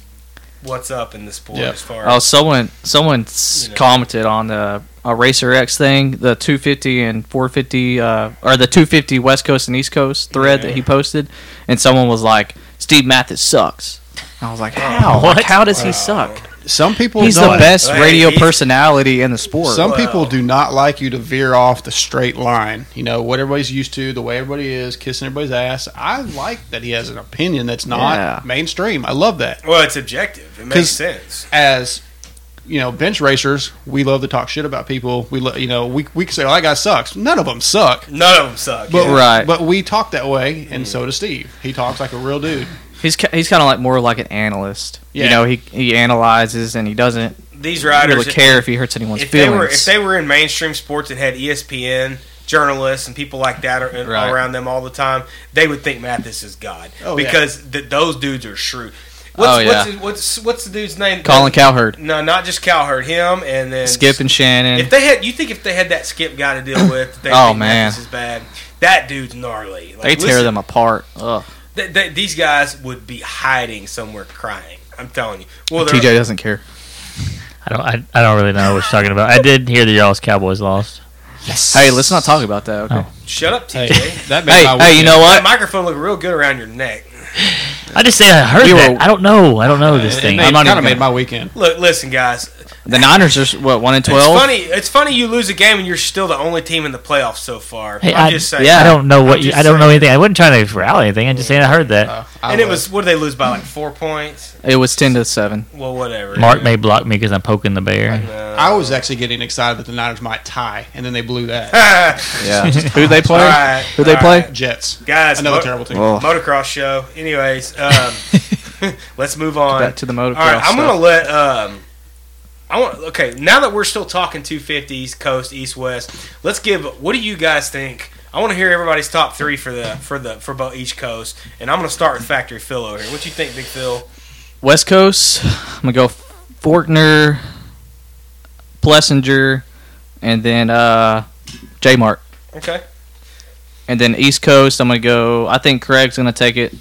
[SPEAKER 1] what's up in the sport
[SPEAKER 4] Yeah.
[SPEAKER 1] as far
[SPEAKER 2] Oh,
[SPEAKER 1] as
[SPEAKER 2] someone someone s
[SPEAKER 1] You know.
[SPEAKER 2] commented on the uh, Racer X thing, the 250 and 450, uh, or the 250 West Coast and East Coast thread
[SPEAKER 1] Yeah.
[SPEAKER 2] that he posted, and someone was like, "Steve Mathis sucks." I was like, "How?
[SPEAKER 3] What?
[SPEAKER 2] Like, how does
[SPEAKER 1] Wow.
[SPEAKER 2] he suck?
[SPEAKER 4] some people
[SPEAKER 2] He's the
[SPEAKER 4] don't.
[SPEAKER 2] best
[SPEAKER 1] Hey,
[SPEAKER 2] radio
[SPEAKER 1] he's-
[SPEAKER 2] personality in the sport."
[SPEAKER 4] Some
[SPEAKER 1] Wow.
[SPEAKER 4] people do not like you to veer off the straight line. You know what everybody's used to, the way everybody is, kissing everybody's ass. I like that he has an opinion that's not
[SPEAKER 2] Yeah.
[SPEAKER 4] mainstream. I love that.
[SPEAKER 1] well, it's objective. It
[SPEAKER 4] 'Cause-
[SPEAKER 1] makes sense.
[SPEAKER 4] As you know, bench racers, we love to talk shit about people. We lo- you know we we can say well, that guy sucks. None of them suck.
[SPEAKER 1] None of them suck.
[SPEAKER 4] But,
[SPEAKER 1] yeah.
[SPEAKER 2] Right.
[SPEAKER 4] but we talk that way, and so does Steve. He talks like a real dude.
[SPEAKER 2] he's ki- he's kind of like more like an analyst. You
[SPEAKER 4] Yeah.
[SPEAKER 2] know, he he analyzes and he doesn't
[SPEAKER 1] These riders
[SPEAKER 2] really care if he hurts anyone's
[SPEAKER 1] if they
[SPEAKER 2] feelings.
[SPEAKER 1] were if they were in mainstream sports and had E ESPN journalists and people like that are,
[SPEAKER 2] Right.
[SPEAKER 1] around them all the time, they would think Mathis is God
[SPEAKER 4] Oh, yeah.
[SPEAKER 1] because th- those dudes are shrewd. What's,
[SPEAKER 2] Oh, yeah.
[SPEAKER 1] what's, what's what's the dude's name?
[SPEAKER 2] Colin Cowherd,
[SPEAKER 1] No, not just Cowherd. Him and then
[SPEAKER 2] Skip and Shannon.
[SPEAKER 1] If they had, you think if they had that Skip guy to deal with, they
[SPEAKER 2] Oh,
[SPEAKER 1] think
[SPEAKER 2] man.
[SPEAKER 1] this is bad. That dude's gnarly. Like,
[SPEAKER 2] They tear
[SPEAKER 1] listen,
[SPEAKER 2] them apart. Ugh.
[SPEAKER 1] th- th- these guys would be hiding somewhere crying. I'm telling you. Well, they're-
[SPEAKER 2] TJ doesn't care.
[SPEAKER 3] I don't. I, I don't really know what you're talking about. I did hear that y'all's Cowboys lost.
[SPEAKER 2] Hey, let's not talk about that. Okay.
[SPEAKER 3] Oh.
[SPEAKER 1] shut up, TJ.
[SPEAKER 4] that made
[SPEAKER 2] Hey,
[SPEAKER 4] my
[SPEAKER 2] hey, you
[SPEAKER 4] weekend.
[SPEAKER 2] know
[SPEAKER 1] That
[SPEAKER 2] what?
[SPEAKER 1] microphone looked real good around your neck.
[SPEAKER 3] I just said I heard
[SPEAKER 2] We
[SPEAKER 3] that.
[SPEAKER 2] were-
[SPEAKER 3] I don't know. I don't know this
[SPEAKER 4] It
[SPEAKER 3] thing.
[SPEAKER 4] made-
[SPEAKER 2] I'm not
[SPEAKER 4] kinda
[SPEAKER 2] even
[SPEAKER 4] made
[SPEAKER 2] gonna-
[SPEAKER 4] my weekend.
[SPEAKER 1] Look, listen, guys.
[SPEAKER 2] The Niners are what one and
[SPEAKER 1] It's
[SPEAKER 2] twelve.
[SPEAKER 1] funny. It's funny you lose a game and you're still the only team in the playoffs so far.
[SPEAKER 3] Hey,
[SPEAKER 1] I'm
[SPEAKER 3] I,
[SPEAKER 1] just saying.
[SPEAKER 3] yeah, I don't know
[SPEAKER 1] I'm
[SPEAKER 3] what you,
[SPEAKER 1] just
[SPEAKER 3] I don't know
[SPEAKER 1] saying.
[SPEAKER 3] anything. I wasn't trying to rally anything. I'm just saying I heard that.
[SPEAKER 4] Uh, I
[SPEAKER 1] And it was what did they lose by like four points?
[SPEAKER 2] It was ten to seven.
[SPEAKER 1] Well, whatever.
[SPEAKER 3] Mark may block me because I'm poking the bear.
[SPEAKER 1] No.
[SPEAKER 4] I was actually getting excited that the Niners might tie, and then they blew that.
[SPEAKER 2] Yeah. Who they
[SPEAKER 1] All
[SPEAKER 2] play?
[SPEAKER 1] right,
[SPEAKER 2] Who they
[SPEAKER 1] all
[SPEAKER 2] play?
[SPEAKER 1] right.
[SPEAKER 4] Jets,
[SPEAKER 1] Guys,
[SPEAKER 4] another
[SPEAKER 1] mo-
[SPEAKER 4] terrible team.
[SPEAKER 2] Well,
[SPEAKER 1] motocross show. Anyways, um, let's move on.
[SPEAKER 2] Back to the motocross.
[SPEAKER 1] All right, I'm
[SPEAKER 2] stuff.
[SPEAKER 1] gonna let. Um, I want okay. Now that we're still talking 250s, coast, east, west, let's give. What do you guys think? I want to hear everybody's top three for the for the for both each coast, and I'm gonna start with Factory Phil over here. What you think, Big Phil?
[SPEAKER 2] West Coast. I'm gonna go Fortner, Plessinger, and then uh, J Mart,
[SPEAKER 1] Okay,
[SPEAKER 2] and then East Coast. I'm gonna go. I think Craig's gonna take it.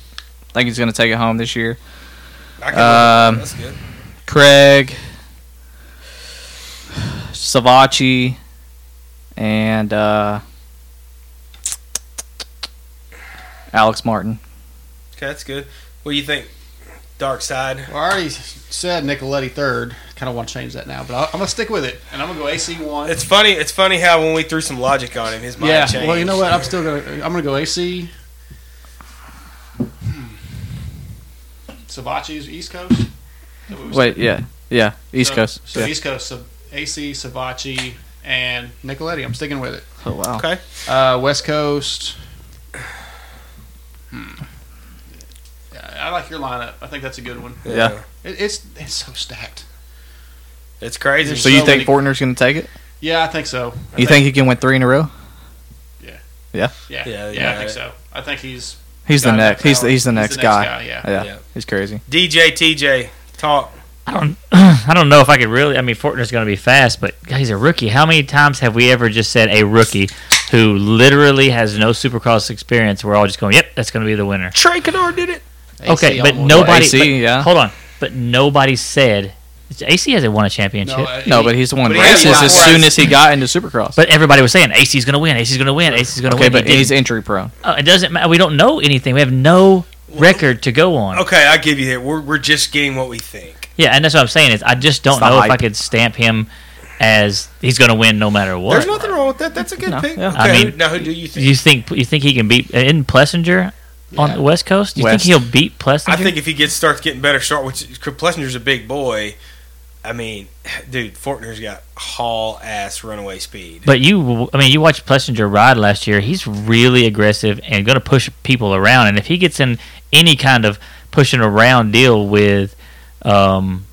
[SPEAKER 2] I think he's gonna take it home this year.
[SPEAKER 1] I
[SPEAKER 2] Um,
[SPEAKER 1] that's good.
[SPEAKER 2] Craig, Savachi, and uh, Alex Martin.
[SPEAKER 1] Okay, that's good. What do you think, Dark Side?
[SPEAKER 4] Well, I already said Nicoletti third. Kind of want to change that now, but I, I'm gonna stick with it, and I'm gonna go AC one.
[SPEAKER 1] It's funny. It's funny how when we threw some logic on him, his mind
[SPEAKER 4] Yeah.
[SPEAKER 1] changed.
[SPEAKER 4] Well, you know what? I'm still gonna. I'm gonna go AC. Savachi's East Coast. Is that what we
[SPEAKER 2] Wait, yeah, yeah,
[SPEAKER 4] said?
[SPEAKER 2] East
[SPEAKER 4] So-
[SPEAKER 2] Coast.
[SPEAKER 4] So
[SPEAKER 2] yeah.
[SPEAKER 4] East Coast. So AC Savachi and Nicoletti. I'm sticking with it.
[SPEAKER 2] Oh wow.
[SPEAKER 1] Okay.
[SPEAKER 4] Uh, West Coast. Hmm. Yeah, I like your lineup. I think that's a good one.
[SPEAKER 2] Yeah.
[SPEAKER 4] It, it's it's so stacked.
[SPEAKER 1] It's crazy.
[SPEAKER 2] So you
[SPEAKER 4] So
[SPEAKER 2] think
[SPEAKER 4] many-
[SPEAKER 2] Fortner's going to take it?
[SPEAKER 4] Yeah, I think so. I
[SPEAKER 2] You think he can win three in a row?
[SPEAKER 4] Yeah.
[SPEAKER 1] Yeah,
[SPEAKER 4] Yeah,
[SPEAKER 1] yeah.
[SPEAKER 4] I think so. I think he's
[SPEAKER 2] He's the
[SPEAKER 4] got
[SPEAKER 2] next.
[SPEAKER 4] that
[SPEAKER 2] He's the,
[SPEAKER 4] talent.
[SPEAKER 2] he's the next guy.
[SPEAKER 4] yeah.
[SPEAKER 2] Yeah.
[SPEAKER 1] Yeah.
[SPEAKER 2] he's crazy.
[SPEAKER 1] DJ TJ talk.
[SPEAKER 3] I don't. I don't know if I could really. I mean, Fortner's going to be fast, but God, he's a rookie. How many times have we ever just said a rookie who literally has no Supercross experience? We're all just going, "Yep, that's going to be the winner."
[SPEAKER 1] Trey Kennard did it.
[SPEAKER 3] okay,
[SPEAKER 4] AC
[SPEAKER 3] but
[SPEAKER 4] almost-
[SPEAKER 3] nobody.
[SPEAKER 2] AC,
[SPEAKER 3] but-
[SPEAKER 2] yeah.
[SPEAKER 3] Hold on, but nobody said AC hasn't won a championship.
[SPEAKER 4] No, uh,
[SPEAKER 2] No,
[SPEAKER 4] he-
[SPEAKER 2] but he's won
[SPEAKER 1] But he had
[SPEAKER 2] races
[SPEAKER 1] about
[SPEAKER 2] as
[SPEAKER 1] four
[SPEAKER 2] soon
[SPEAKER 1] races.
[SPEAKER 2] as he got into Supercross.
[SPEAKER 3] but everybody was saying AC's going to win. AC's going to win. AC's going to
[SPEAKER 2] okay,
[SPEAKER 3] win. He
[SPEAKER 2] but he's
[SPEAKER 3] didn't.
[SPEAKER 2] injury prone.
[SPEAKER 3] Oh, it doesn't matter. We don't know anything. We have no record to go on.
[SPEAKER 1] Okay, I give you that. We're, we're just getting what we think.
[SPEAKER 3] Yeah, and that's what I'm saying is I just don't
[SPEAKER 2] It's the
[SPEAKER 3] know if I
[SPEAKER 2] hype.
[SPEAKER 3] could stamp him as he's going to win no matter what.
[SPEAKER 1] There's nothing wrong with that. That's a good
[SPEAKER 2] No,
[SPEAKER 1] pick.
[SPEAKER 2] yeah.
[SPEAKER 1] Okay,
[SPEAKER 3] I mean,
[SPEAKER 1] who- now who do you think?
[SPEAKER 3] You think you think he can beat in Plessinger on
[SPEAKER 2] Yeah.
[SPEAKER 3] the West Coast? You
[SPEAKER 2] West.
[SPEAKER 3] think he'll beat Plessinger?
[SPEAKER 1] I think if he gets starts getting better, start which Plessinger's a big boy. I mean, dude, Fortner's got haul ass runaway speed.
[SPEAKER 3] But you, I mean, you watched Plessinger ride last year. He's really aggressive and going to push people around. And if he gets in any kind of pushing around deal with, um,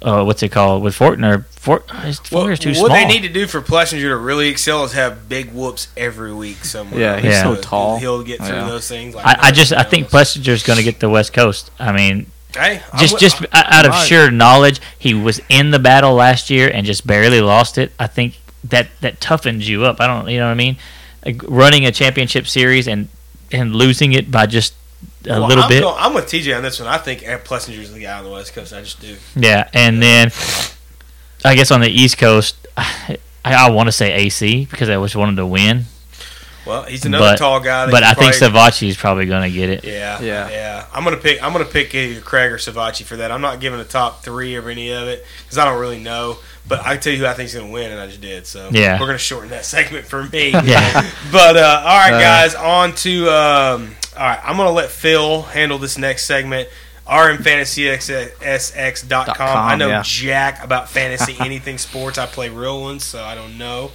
[SPEAKER 3] uh, what's it called with Fortner? Fort, his
[SPEAKER 1] Well,
[SPEAKER 3] Fortner's too
[SPEAKER 1] what
[SPEAKER 3] small.
[SPEAKER 1] they need to do for Plessinger to really excel is have big whoops every week somewhere.
[SPEAKER 2] Yeah,
[SPEAKER 3] he's so
[SPEAKER 2] tall.
[SPEAKER 1] He'll get through
[SPEAKER 2] Yeah.
[SPEAKER 1] those things. Like
[SPEAKER 3] I, I just, I
[SPEAKER 1] nothing
[SPEAKER 3] think
[SPEAKER 1] else.
[SPEAKER 3] Plessinger's going to get the West Coast. I mean,
[SPEAKER 1] Hey, I'm
[SPEAKER 3] just,
[SPEAKER 1] with-
[SPEAKER 3] just out of
[SPEAKER 2] right.
[SPEAKER 3] sheer knowledge, he was in the battle last year and just barely lost it. I think that that toughens you up. I don't, you know what I mean? Like running a championship series and and losing it by just a
[SPEAKER 1] Well,
[SPEAKER 3] little
[SPEAKER 1] I'm
[SPEAKER 3] bit.
[SPEAKER 1] go- I'm with TJ on this one. I think Ed Plessinger's the guy on the West Coast. I just do.
[SPEAKER 3] Yeah, and then I guess on the East Coast, I, I want to say AC because I just wanted to win,
[SPEAKER 1] Well, he's another
[SPEAKER 3] But-
[SPEAKER 1] tall guy. That
[SPEAKER 3] but
[SPEAKER 1] you
[SPEAKER 3] I think
[SPEAKER 1] probably-
[SPEAKER 3] Savachi is probably going to get it.
[SPEAKER 1] Yeah,
[SPEAKER 2] Yeah.
[SPEAKER 1] yeah. I'm gonna pick. I'm gonna pick either Craig or Savachi for that. I'm not giving a top three of any of it because I don't really know. But I can tell you who I think's gonna win, and I just did. So
[SPEAKER 3] Yeah.
[SPEAKER 1] we're gonna shorten that segment for me.
[SPEAKER 3] Yeah.
[SPEAKER 1] But uh, all right,
[SPEAKER 2] Uh,
[SPEAKER 1] guys, on to um, all right. I'm gonna let Phil handle this next segment. RMFantasySX.com.
[SPEAKER 2] com,
[SPEAKER 1] I know
[SPEAKER 2] yeah.
[SPEAKER 1] jack about fantasy anything sports. I play real ones, so I don't know.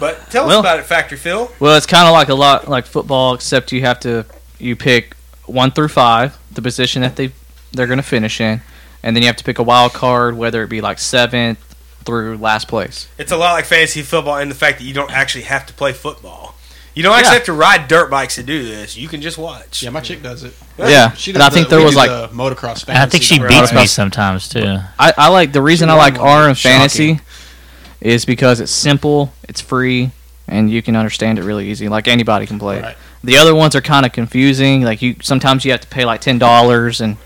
[SPEAKER 1] But tell
[SPEAKER 2] Well-
[SPEAKER 1] us about it, Factory Phil.
[SPEAKER 2] Well, it's kind of like a lot like football, except you have to you pick one through five, the position that they they're going to finish in, and then you have to pick a wild card, whether it be like seventh through last place.
[SPEAKER 1] It's a lot like fantasy football in the fact that you don't actually have to play football. You don't actually
[SPEAKER 2] Yeah.
[SPEAKER 1] have to ride dirt bikes to do this. You can just watch.
[SPEAKER 4] Yeah, my chick does it.
[SPEAKER 2] Yeah,
[SPEAKER 4] She
[SPEAKER 2] and I
[SPEAKER 4] does
[SPEAKER 2] think
[SPEAKER 4] the-
[SPEAKER 2] there
[SPEAKER 4] we
[SPEAKER 2] was
[SPEAKER 4] do
[SPEAKER 2] like
[SPEAKER 4] the motocross.
[SPEAKER 3] And I think she
[SPEAKER 4] fantasy.
[SPEAKER 3] beats me
[SPEAKER 2] Right.
[SPEAKER 3] sometimes too.
[SPEAKER 2] I, I like the reason I like
[SPEAKER 4] Shocking.
[SPEAKER 2] R and fantasy is because it's simple, it's free, and you can understand it really easy. Like anybody can play
[SPEAKER 4] Right.
[SPEAKER 2] it. The other ones are kind of confusing. Like you sometimes you have to pay like ten dollars and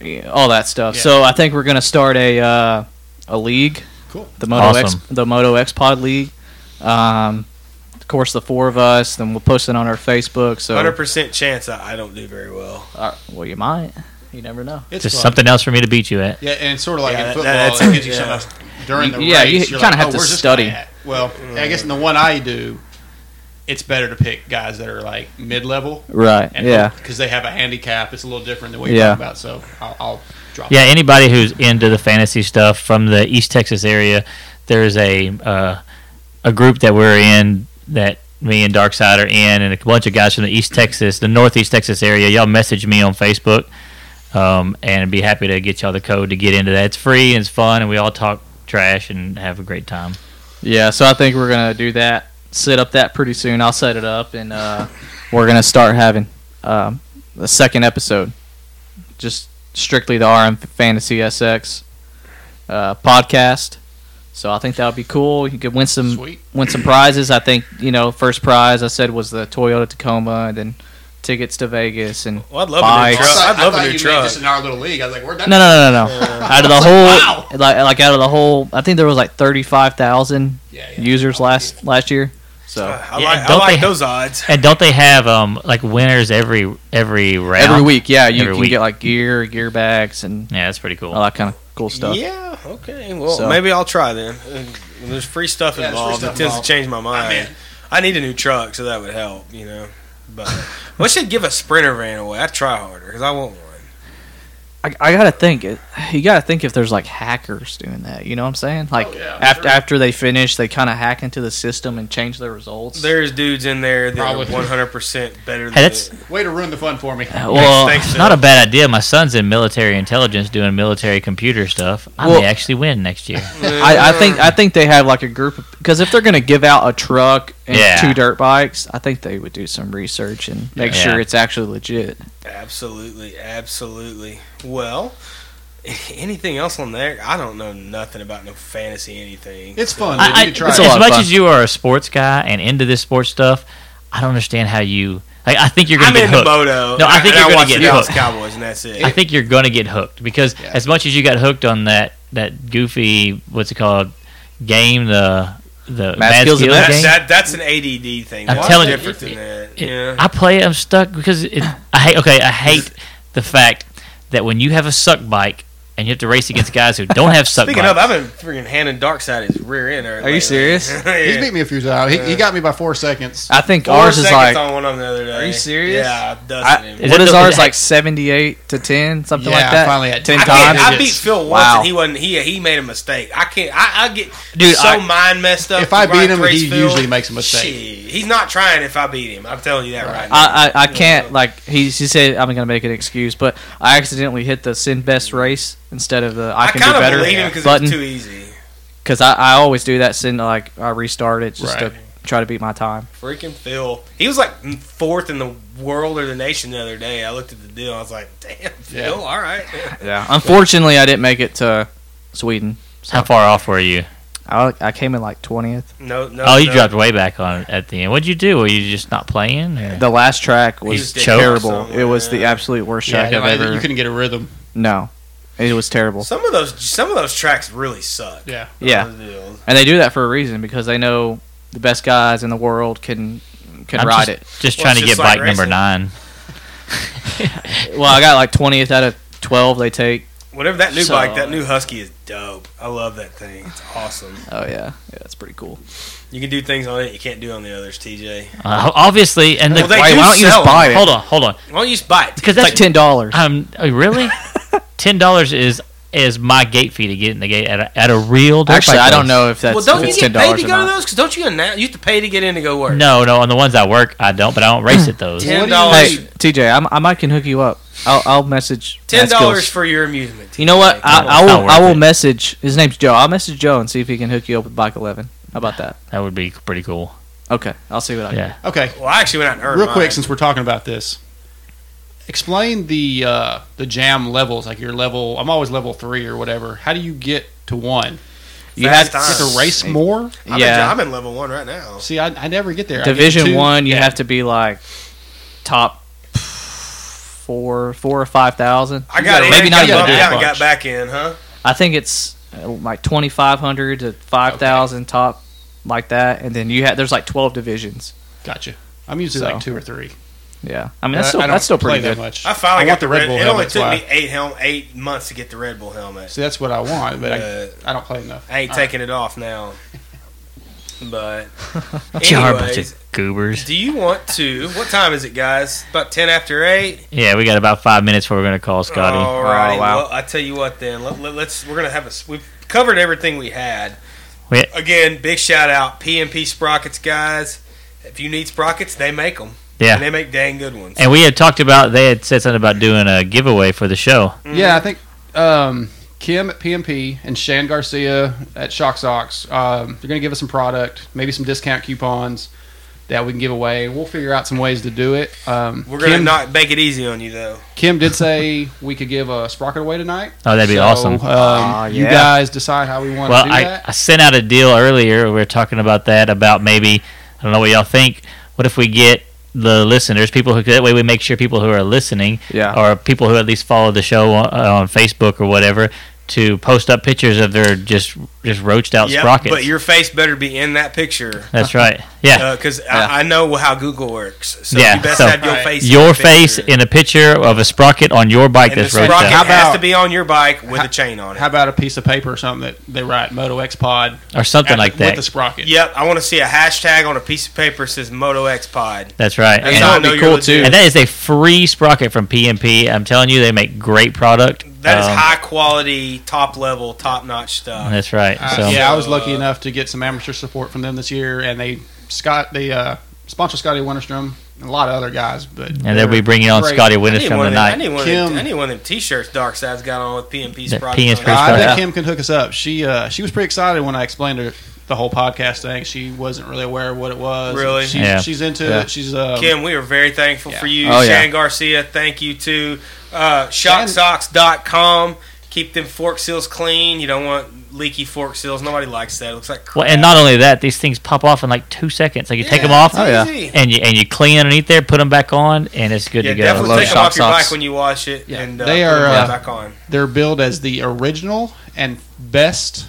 [SPEAKER 2] yeah, all that stuff.
[SPEAKER 4] Yeah.
[SPEAKER 2] So I think we're gonna start a uh, a league,
[SPEAKER 4] Cool.
[SPEAKER 2] the Moto
[SPEAKER 3] Awesome.
[SPEAKER 2] X, the Moto X Pod League. Um, of course, the four of us. Then we'll post it on our Facebook. So,
[SPEAKER 1] Hundred percent chance I, I don't do very well.
[SPEAKER 2] uh, well, you might. You never know.
[SPEAKER 4] It's
[SPEAKER 3] Just
[SPEAKER 4] fun.
[SPEAKER 3] something else for me to beat you at.
[SPEAKER 4] Yeah, and it's sort of like
[SPEAKER 1] Yeah,
[SPEAKER 4] in
[SPEAKER 1] that-
[SPEAKER 4] football,
[SPEAKER 1] that's-
[SPEAKER 4] it gives you
[SPEAKER 1] yeah.
[SPEAKER 4] something else during the
[SPEAKER 2] Yeah, you-
[SPEAKER 4] race.
[SPEAKER 2] you
[SPEAKER 4] are
[SPEAKER 2] kinda
[SPEAKER 4] like,
[SPEAKER 2] have
[SPEAKER 4] oh,
[SPEAKER 2] to
[SPEAKER 4] where's this
[SPEAKER 2] study.
[SPEAKER 4] guy at? Well, I guess in the one I do, it's better to pick guys that are like mid-level.
[SPEAKER 2] Right. yeah.
[SPEAKER 4] Because they have a handicap, it's a little different than what you're
[SPEAKER 2] Yeah.
[SPEAKER 4] talking about. So I'll, I'll drop.
[SPEAKER 3] Yeah, anybody who's into the fantasy stuff from the East Texas area, there's a uh, a group that we're in that me and Darkside are in, and a bunch of guys from the East Texas, the Northeast Texas area. Y'all message me on Facebook, um, and I'd be happy to get y'all the code to get into that. It's free and it's fun, and we all talk trash and have a great time.
[SPEAKER 2] Yeah, so I think we're gonna do that. Set up that pretty soon. I'll set it up, and uh, we're gonna start having um, the second episode, just strictly the RM Fantasy SX uh, podcast. So I think that would be cool. You could win some
[SPEAKER 4] Sweet.
[SPEAKER 2] win some prizes. I think you know, first prize I said was the Toyota Tacoma, and then tickets to Vegas, and
[SPEAKER 1] Well, I'd love a new
[SPEAKER 2] Bikes.
[SPEAKER 1] truck.
[SPEAKER 4] I
[SPEAKER 1] I'd
[SPEAKER 4] thought- I
[SPEAKER 1] love
[SPEAKER 4] thought
[SPEAKER 1] a
[SPEAKER 4] you
[SPEAKER 1] new
[SPEAKER 4] made
[SPEAKER 1] truck.
[SPEAKER 4] This in our little league. I was like, where'd that?
[SPEAKER 2] No, no, no, no, no. out of the whole,
[SPEAKER 4] Wow.
[SPEAKER 2] like, like out of the whole, I think there was like thirty five thousand
[SPEAKER 4] Yeah, yeah.
[SPEAKER 2] users last last year. So
[SPEAKER 1] Uh, I
[SPEAKER 3] Yeah,
[SPEAKER 1] like, I
[SPEAKER 3] don't
[SPEAKER 1] like
[SPEAKER 3] they-
[SPEAKER 1] those odds.
[SPEAKER 3] And don't they have um like winners every every round?
[SPEAKER 2] every week, yeah, you
[SPEAKER 3] Every
[SPEAKER 2] can
[SPEAKER 3] week.
[SPEAKER 2] get like gear, gear bags, and
[SPEAKER 3] Yeah, that's pretty cool.
[SPEAKER 2] all that kind of cool stuff.
[SPEAKER 1] Yeah. Okay. Well,
[SPEAKER 2] So-
[SPEAKER 1] maybe I'll try then. Uh, There's free stuff
[SPEAKER 4] Yeah, there's free
[SPEAKER 1] involved.
[SPEAKER 4] stuff
[SPEAKER 1] it tends
[SPEAKER 4] involved.
[SPEAKER 1] to change my
[SPEAKER 4] I'm
[SPEAKER 1] mind.
[SPEAKER 4] in.
[SPEAKER 1] I need a new truck, so that would help. You know. But we should give a sprinter van away. I would try harder because I want one.
[SPEAKER 2] I, I gotta think. it- You gotta think if there's like hackers doing that. You know what I'm saying? Like
[SPEAKER 4] Oh, yeah,
[SPEAKER 2] after
[SPEAKER 4] sure.
[SPEAKER 2] after they finish, they kind of hack into the system and change their results.
[SPEAKER 1] There's dudes in there that
[SPEAKER 4] Probably.
[SPEAKER 1] are 100 percent better. than
[SPEAKER 3] Hey, that's
[SPEAKER 4] Way to ruin the fun for me.
[SPEAKER 2] Uh,
[SPEAKER 3] Well,
[SPEAKER 1] Thanks, thanks,
[SPEAKER 3] it's not
[SPEAKER 1] Phil.
[SPEAKER 3] a bad idea. My son's in military intelligence doing military computer stuff. I
[SPEAKER 2] Well-
[SPEAKER 3] may actually win next year.
[SPEAKER 2] I, I think I think they have like a group because if they're gonna give out a truck and
[SPEAKER 3] Yeah.
[SPEAKER 2] two dirt bikes, I think they would do some research and make
[SPEAKER 3] Yeah.
[SPEAKER 2] sure it's actually legit.
[SPEAKER 1] Absolutely, absolutely. Well, anything else on there? I don't know nothing about no fantasy anything.
[SPEAKER 4] It's fun. dude.
[SPEAKER 3] I, I,
[SPEAKER 4] you can try
[SPEAKER 2] it's
[SPEAKER 4] it.
[SPEAKER 2] a lot
[SPEAKER 3] as
[SPEAKER 2] of
[SPEAKER 3] much
[SPEAKER 2] fun.
[SPEAKER 3] as you are a sports guy and into this sports stuff, I don't understand how you. Like, I think you're gonna
[SPEAKER 1] I'm
[SPEAKER 3] get
[SPEAKER 1] into
[SPEAKER 3] hooked.
[SPEAKER 1] moto.
[SPEAKER 3] No, I
[SPEAKER 1] and
[SPEAKER 3] think you're gonna
[SPEAKER 1] watch
[SPEAKER 3] get
[SPEAKER 1] the Dallas
[SPEAKER 3] hooked.
[SPEAKER 1] Cowboys, and that's it.
[SPEAKER 3] I think you're gonna get hooked because
[SPEAKER 4] Yeah.
[SPEAKER 3] as much as you got hooked on that that goofy what's it called game the the bad
[SPEAKER 2] Skills and
[SPEAKER 3] skills
[SPEAKER 1] that,
[SPEAKER 3] game.
[SPEAKER 1] that, that's an ADD thing.
[SPEAKER 3] I'm
[SPEAKER 1] What's
[SPEAKER 3] telling you,
[SPEAKER 1] different than that?
[SPEAKER 3] It-
[SPEAKER 1] yeah.
[SPEAKER 3] I play. it, I'm stuck because it, I hate. Okay, I hate the fact that when you have a suck bike and you have to race against guys who don't have suck
[SPEAKER 1] Speaking
[SPEAKER 3] bikes,
[SPEAKER 1] of, I've been freaking handing Darkside his rear end.
[SPEAKER 2] Are you serious?
[SPEAKER 4] He's beat me a few times. He, he got me by four seconds.
[SPEAKER 2] I think
[SPEAKER 1] Four
[SPEAKER 2] ours is
[SPEAKER 1] seconds
[SPEAKER 2] like
[SPEAKER 1] on one of them the other day.
[SPEAKER 2] Are you serious?
[SPEAKER 1] Yeah, I dusted
[SPEAKER 2] I,
[SPEAKER 1] him.
[SPEAKER 3] Is
[SPEAKER 2] what
[SPEAKER 3] it
[SPEAKER 2] is
[SPEAKER 3] the-
[SPEAKER 2] ours
[SPEAKER 3] is it-
[SPEAKER 2] like seventy-eight to ten, something
[SPEAKER 4] Yeah,
[SPEAKER 2] like that?
[SPEAKER 4] I finally had-
[SPEAKER 2] ten
[SPEAKER 1] I,
[SPEAKER 4] I
[SPEAKER 1] can't-
[SPEAKER 2] times.
[SPEAKER 1] I
[SPEAKER 4] It's-
[SPEAKER 1] beat Phil once,
[SPEAKER 2] wow.
[SPEAKER 1] and he wasn't. He he made a mistake. I can't. I, I get
[SPEAKER 2] Dude,
[SPEAKER 1] so
[SPEAKER 2] I-
[SPEAKER 1] mind messed up.
[SPEAKER 4] If I
[SPEAKER 1] from
[SPEAKER 4] beat
[SPEAKER 1] Ryan
[SPEAKER 4] him, he
[SPEAKER 1] Cracefield.
[SPEAKER 4] usually makes a mistake.
[SPEAKER 1] Shit, he's not trying. If I beat him, I'm telling you that right. now.
[SPEAKER 2] I, I, I can't like he, he said I'm gonna make an excuse, but I accidentally hit the send best race instead of the I,
[SPEAKER 1] I
[SPEAKER 2] can do
[SPEAKER 1] kind of
[SPEAKER 2] better
[SPEAKER 1] believe him because
[SPEAKER 2] button
[SPEAKER 1] it's too easy.
[SPEAKER 2] because I, I always do that send like I restart it just
[SPEAKER 4] Right.
[SPEAKER 2] to try to beat my time.
[SPEAKER 1] Freaking Phil. He was like fourth in the world or the nation the other day. I looked at the deal. I was like, damn, Phil.
[SPEAKER 4] Yeah.
[SPEAKER 1] All right.
[SPEAKER 2] Yeah, unfortunately I didn't make it to Sweden.
[SPEAKER 3] how far off were you?
[SPEAKER 2] I, I came in like twentieth.
[SPEAKER 1] No, no.
[SPEAKER 3] Oh, you
[SPEAKER 1] no.
[SPEAKER 3] dropped way back on at the end. What'd you do? Were you just not playing? or-
[SPEAKER 2] The last track
[SPEAKER 1] He
[SPEAKER 2] was
[SPEAKER 1] was dead
[SPEAKER 2] terrible.
[SPEAKER 1] awesome,
[SPEAKER 2] It was the
[SPEAKER 1] yeah.
[SPEAKER 2] absolute worst
[SPEAKER 4] Yeah,
[SPEAKER 2] track I've
[SPEAKER 4] like,
[SPEAKER 2] ever.
[SPEAKER 4] you couldn't get a rhythm.
[SPEAKER 2] No, it was terrible.
[SPEAKER 1] Some of those, some of those tracks really suck.
[SPEAKER 4] Yeah.
[SPEAKER 2] Yeah.
[SPEAKER 1] Those deals.
[SPEAKER 2] And they do that for a reason because they know the best guys in the world can can
[SPEAKER 3] I'm
[SPEAKER 2] ride
[SPEAKER 3] just,
[SPEAKER 2] it.
[SPEAKER 3] Just
[SPEAKER 1] Well,
[SPEAKER 3] trying
[SPEAKER 1] it's
[SPEAKER 3] to
[SPEAKER 1] just
[SPEAKER 3] get
[SPEAKER 1] like
[SPEAKER 3] bike number
[SPEAKER 1] racing.
[SPEAKER 3] nine.
[SPEAKER 2] Well, I got like 20th out of 12 they take.
[SPEAKER 1] Whatever that new
[SPEAKER 2] So-
[SPEAKER 1] bike, that new Husky is dope. I love that thing. It's awesome.
[SPEAKER 2] Oh, yeah. Yeah, that's pretty cool.
[SPEAKER 1] You can do things on it you can't do on the others. TJ,
[SPEAKER 3] Uh, obviously, and
[SPEAKER 1] Well,
[SPEAKER 3] the,
[SPEAKER 1] they
[SPEAKER 2] Why-
[SPEAKER 1] do
[SPEAKER 2] why don't you just
[SPEAKER 1] sell 'em.
[SPEAKER 2] buy it?
[SPEAKER 3] hold on, hold on,
[SPEAKER 1] Why don't you just buy it?
[SPEAKER 3] because
[SPEAKER 2] It's
[SPEAKER 3] that's
[SPEAKER 2] like $10.
[SPEAKER 3] Um, oh, really? Ten dollars is is my gate fee to get in the gate at a, at a real. dirt
[SPEAKER 2] Actually,
[SPEAKER 3] bike
[SPEAKER 2] I don't
[SPEAKER 3] race.
[SPEAKER 2] know if that's
[SPEAKER 1] Well, don't
[SPEAKER 2] if
[SPEAKER 1] you
[SPEAKER 2] it's
[SPEAKER 1] get
[SPEAKER 2] $10
[SPEAKER 1] paid to
[SPEAKER 2] or
[SPEAKER 1] go to
[SPEAKER 2] not.
[SPEAKER 1] those? Because don't you announce? You have to pay to get in to go work.
[SPEAKER 3] No, no. On the ones I work, I don't, but I don't race at those.
[SPEAKER 1] ten
[SPEAKER 2] Hey,
[SPEAKER 1] dollars.
[SPEAKER 2] TJ, I'm, I might can hook you up. I'll, I'll message.
[SPEAKER 1] Ten
[SPEAKER 2] Matt
[SPEAKER 1] dollars
[SPEAKER 2] Skills.
[SPEAKER 1] for your amusement.
[SPEAKER 2] You know what?
[SPEAKER 1] TJ.
[SPEAKER 2] I,
[SPEAKER 1] Come on.
[SPEAKER 3] Not
[SPEAKER 2] I will.
[SPEAKER 3] worth
[SPEAKER 2] I will
[SPEAKER 3] it.
[SPEAKER 2] message. His name's Joe. I'll message Joe and see if he can hook you up with Bike 11. How about that?
[SPEAKER 3] That would be pretty cool.
[SPEAKER 2] Okay, I'll see what I can.
[SPEAKER 3] Yeah.
[SPEAKER 4] Okay.
[SPEAKER 1] well, I actually went out and earned
[SPEAKER 4] Real quick,
[SPEAKER 1] mine.
[SPEAKER 4] since we're talking about this, explain the uh, the jam levels. Like your level, I'm always level three or whatever. How do you get to one?
[SPEAKER 2] You
[SPEAKER 1] Fast
[SPEAKER 2] have
[SPEAKER 1] time.
[SPEAKER 4] You have to race more.
[SPEAKER 1] I'm,
[SPEAKER 2] yeah.
[SPEAKER 1] in, I'm in level one right now.
[SPEAKER 4] See, I, I never get there. I get
[SPEAKER 2] Division
[SPEAKER 4] two.
[SPEAKER 2] one, you
[SPEAKER 4] Yeah.
[SPEAKER 2] have to be like top four, four or five thousand.
[SPEAKER 1] I got in, maybe
[SPEAKER 2] maybe not
[SPEAKER 1] not
[SPEAKER 2] even
[SPEAKER 1] got bumped
[SPEAKER 2] do
[SPEAKER 1] out
[SPEAKER 2] it
[SPEAKER 1] and got
[SPEAKER 2] much.
[SPEAKER 1] back in, huh?
[SPEAKER 2] I think it's uh, like twenty five hundred to five thousand top, like that. And then you have there's like twelve divisions.
[SPEAKER 4] Gotcha. I'm usually
[SPEAKER 2] So.
[SPEAKER 4] like two or three.
[SPEAKER 2] Yeah, I mean
[SPEAKER 4] Uh, I-
[SPEAKER 2] that's still
[SPEAKER 4] I don't
[SPEAKER 2] that's still
[SPEAKER 4] play
[SPEAKER 2] pretty
[SPEAKER 4] that
[SPEAKER 2] good.
[SPEAKER 4] much.
[SPEAKER 1] I finally
[SPEAKER 4] want
[SPEAKER 1] got
[SPEAKER 4] the Red Bull
[SPEAKER 1] It
[SPEAKER 4] helmet.
[SPEAKER 1] only took
[SPEAKER 4] that's
[SPEAKER 1] me
[SPEAKER 4] why.
[SPEAKER 1] eight helm eight months to get the Red Bull helmet.
[SPEAKER 4] See, that's what I want, but
[SPEAKER 1] Uh,
[SPEAKER 4] I, I don't play enough.
[SPEAKER 1] I ain't taking it off now. But
[SPEAKER 3] Jar bunch
[SPEAKER 1] anyways,
[SPEAKER 3] of goobers.
[SPEAKER 1] do you want to? What time is it, guys? About ten after eight.
[SPEAKER 3] Yeah, we got about five minutes before we're gonna call Scotty.
[SPEAKER 1] All right.
[SPEAKER 2] Oh, wow.
[SPEAKER 1] Well, I tell you what, then let, let, us we're gonna have a s- we've covered everything we had.
[SPEAKER 3] We-
[SPEAKER 1] Again, big shout out PMP Sprockets guys. If you need sprockets, they make them. And
[SPEAKER 3] yeah.
[SPEAKER 1] they make dang good ones.
[SPEAKER 3] And we had talked about they had said something about doing a giveaway for the show.
[SPEAKER 4] Yeah, I think um, Kim at PMP and Shan Garcia at Shock Socks, um, they're going to give us some product, maybe some discount coupons that we can give away. We'll figure out some ways to do it. Um,
[SPEAKER 1] We're gonna
[SPEAKER 4] Kim,
[SPEAKER 1] not make it easy on you though.
[SPEAKER 4] Kim did say we could give a sprocket away tonight.
[SPEAKER 3] Oh, that'd be
[SPEAKER 4] So,
[SPEAKER 3] awesome.
[SPEAKER 4] Um,
[SPEAKER 2] Aw,
[SPEAKER 4] You
[SPEAKER 2] yeah.
[SPEAKER 4] guys decide how we want
[SPEAKER 3] Well,
[SPEAKER 4] to do
[SPEAKER 3] I,
[SPEAKER 4] that.
[SPEAKER 3] I sent out a deal earlier. We were talking about that about maybe I don't know what y'all think. What if we get the listeners, people who that way we make sure people who are listening,
[SPEAKER 2] Yeah.
[SPEAKER 3] or people who at least follow the show on, on Facebook or whatever, to post up pictures of their just just roached out
[SPEAKER 1] Yep,
[SPEAKER 3] sprockets.
[SPEAKER 1] But your face better be in that picture.
[SPEAKER 3] That's right. Yeah.
[SPEAKER 1] Because
[SPEAKER 2] Yeah.
[SPEAKER 1] I, I know how Google works. Uh, So
[SPEAKER 3] Yeah,
[SPEAKER 1] you best
[SPEAKER 3] so-
[SPEAKER 1] have your
[SPEAKER 4] Alright.
[SPEAKER 1] face. in
[SPEAKER 3] your
[SPEAKER 1] the
[SPEAKER 3] face
[SPEAKER 1] picture.
[SPEAKER 3] in a picture of a sprocket on your bike
[SPEAKER 1] And the
[SPEAKER 3] that's roached
[SPEAKER 1] sprocket
[SPEAKER 3] out,
[SPEAKER 4] How
[SPEAKER 1] has
[SPEAKER 4] about-
[SPEAKER 1] to be on your bike with
[SPEAKER 4] How-
[SPEAKER 1] a chain on it.
[SPEAKER 4] how about a piece of paper or something that they write Moto X Pod
[SPEAKER 3] or something
[SPEAKER 4] at-
[SPEAKER 3] like
[SPEAKER 4] with
[SPEAKER 3] that.
[SPEAKER 4] the sprocket?
[SPEAKER 1] Yep, I want to see a hashtag on a piece of paper that says Moto X Pod.
[SPEAKER 3] that's right.
[SPEAKER 1] That's
[SPEAKER 3] And-
[SPEAKER 1] how I
[SPEAKER 2] would be
[SPEAKER 1] know you're
[SPEAKER 2] cool,
[SPEAKER 1] legit.
[SPEAKER 2] too.
[SPEAKER 3] and that is a free sprocket from PMP. I'm telling you, they make great product.
[SPEAKER 1] That is
[SPEAKER 3] Um,
[SPEAKER 1] high quality, top level, top notch stuff.
[SPEAKER 3] That's right.
[SPEAKER 4] Uh,
[SPEAKER 3] so
[SPEAKER 4] yeah, I was
[SPEAKER 1] So,
[SPEAKER 4] lucky
[SPEAKER 1] uh,
[SPEAKER 4] enough to get some amateur support from them this year, and they Scott they uh, sponsor Scotty Winterstrom and a lot of other guys. But
[SPEAKER 3] And then we bring you on
[SPEAKER 4] great.
[SPEAKER 3] Scotty
[SPEAKER 1] I need,
[SPEAKER 3] Winnis
[SPEAKER 1] one
[SPEAKER 3] from
[SPEAKER 1] of
[SPEAKER 3] the
[SPEAKER 1] them, I, need
[SPEAKER 3] night.
[SPEAKER 1] one of them,
[SPEAKER 4] Kim-
[SPEAKER 1] I need one of them t-shirts Darkside's got on with PMP
[SPEAKER 3] The
[SPEAKER 1] Sprocket.
[SPEAKER 3] PNP
[SPEAKER 1] on it.
[SPEAKER 3] Sprocket.
[SPEAKER 4] I
[SPEAKER 3] Yeah.
[SPEAKER 4] bet Kim can hook us up. She uh, she was pretty excited when I explained her the whole podcast thing. She wasn't really aware of what it was.
[SPEAKER 1] Really?
[SPEAKER 4] She,
[SPEAKER 3] Yeah.
[SPEAKER 4] she's into
[SPEAKER 2] Yeah.
[SPEAKER 4] it. She's um,
[SPEAKER 1] Kim, we are very thankful for you.
[SPEAKER 2] Oh, yeah.
[SPEAKER 1] Shan Garcia, thank you too. Uh,
[SPEAKER 4] Shan-
[SPEAKER 1] ShotSocks.com. Keep them fork seals clean. You don't want leaky fork seals. Nobody likes that. It looks like crap.
[SPEAKER 3] Well, and not only that, these things pop off in like two seconds. Like you take 'em take them
[SPEAKER 1] Yeah,
[SPEAKER 3] off,
[SPEAKER 1] it's
[SPEAKER 2] yeah.
[SPEAKER 1] easy.
[SPEAKER 3] and you and you clean underneath there, put them back on, and it's good
[SPEAKER 1] Yeah,
[SPEAKER 3] to go.
[SPEAKER 1] definitely
[SPEAKER 2] love
[SPEAKER 1] take them off your
[SPEAKER 2] ShotSocks.
[SPEAKER 1] bike when you wash it.
[SPEAKER 4] Yeah,
[SPEAKER 1] and uh,
[SPEAKER 4] they
[SPEAKER 1] put
[SPEAKER 4] are,
[SPEAKER 1] them
[SPEAKER 4] uh,
[SPEAKER 1] back on.
[SPEAKER 4] they're billed as the original and best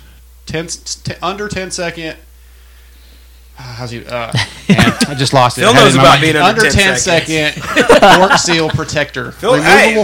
[SPEAKER 4] 10, s- t- under 10 second how's he? Uh, man, I just lost it.
[SPEAKER 1] Phil
[SPEAKER 4] I had it
[SPEAKER 1] knows
[SPEAKER 4] in my
[SPEAKER 1] about
[SPEAKER 4] mind.
[SPEAKER 1] being under 10
[SPEAKER 4] second fork seal protector.
[SPEAKER 1] Phil,
[SPEAKER 4] Removable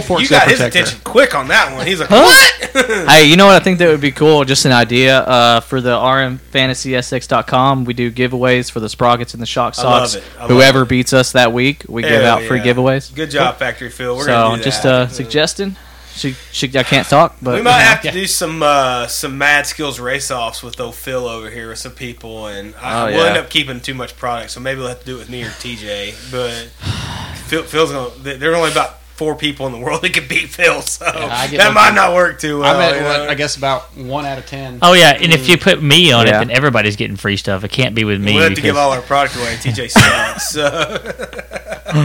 [SPEAKER 1] hey,
[SPEAKER 4] fork
[SPEAKER 1] you
[SPEAKER 4] seal
[SPEAKER 1] got his
[SPEAKER 4] protector.
[SPEAKER 1] attention quick on that one. He's like,
[SPEAKER 2] Huh?
[SPEAKER 1] what?
[SPEAKER 2] Hey, you know what? I think that would be cool. Just an idea uh, for the rmfantasysx.com. We do giveaways for the sprockets and the shock
[SPEAKER 1] I love
[SPEAKER 2] socks.
[SPEAKER 1] it. I love
[SPEAKER 2] Whoever beats us that week, we give
[SPEAKER 1] Hell
[SPEAKER 2] out free
[SPEAKER 1] yeah.
[SPEAKER 2] giveaways.
[SPEAKER 1] Good job, Factory Phil. We're
[SPEAKER 2] so
[SPEAKER 1] gonna do
[SPEAKER 2] just
[SPEAKER 1] that.
[SPEAKER 2] uh, suggesting. She, she, I can't talk, but
[SPEAKER 1] we might
[SPEAKER 2] you know.
[SPEAKER 1] have to do some uh, some mad skills race offs with old Phil over here with some people, and I,
[SPEAKER 2] Oh,
[SPEAKER 1] we'll end
[SPEAKER 2] yeah.
[SPEAKER 1] up keeping too much product, so maybe we'll have to do it with me or TJ. But Phil, Phil's gonna. th- There are only about four people in the world that can beat Phil, so
[SPEAKER 4] I get
[SPEAKER 1] that
[SPEAKER 4] lucky.
[SPEAKER 1] might not work too well.
[SPEAKER 4] I'm
[SPEAKER 1] you
[SPEAKER 4] at
[SPEAKER 1] know?
[SPEAKER 4] what, I guess about one out of ten.
[SPEAKER 3] Oh yeah, and if you put me on
[SPEAKER 2] Yeah.
[SPEAKER 3] it, then everybody's getting free stuff. It can't be with me.
[SPEAKER 1] We'll have to give
[SPEAKER 3] because-
[SPEAKER 1] all our product away. TJ sucks. so.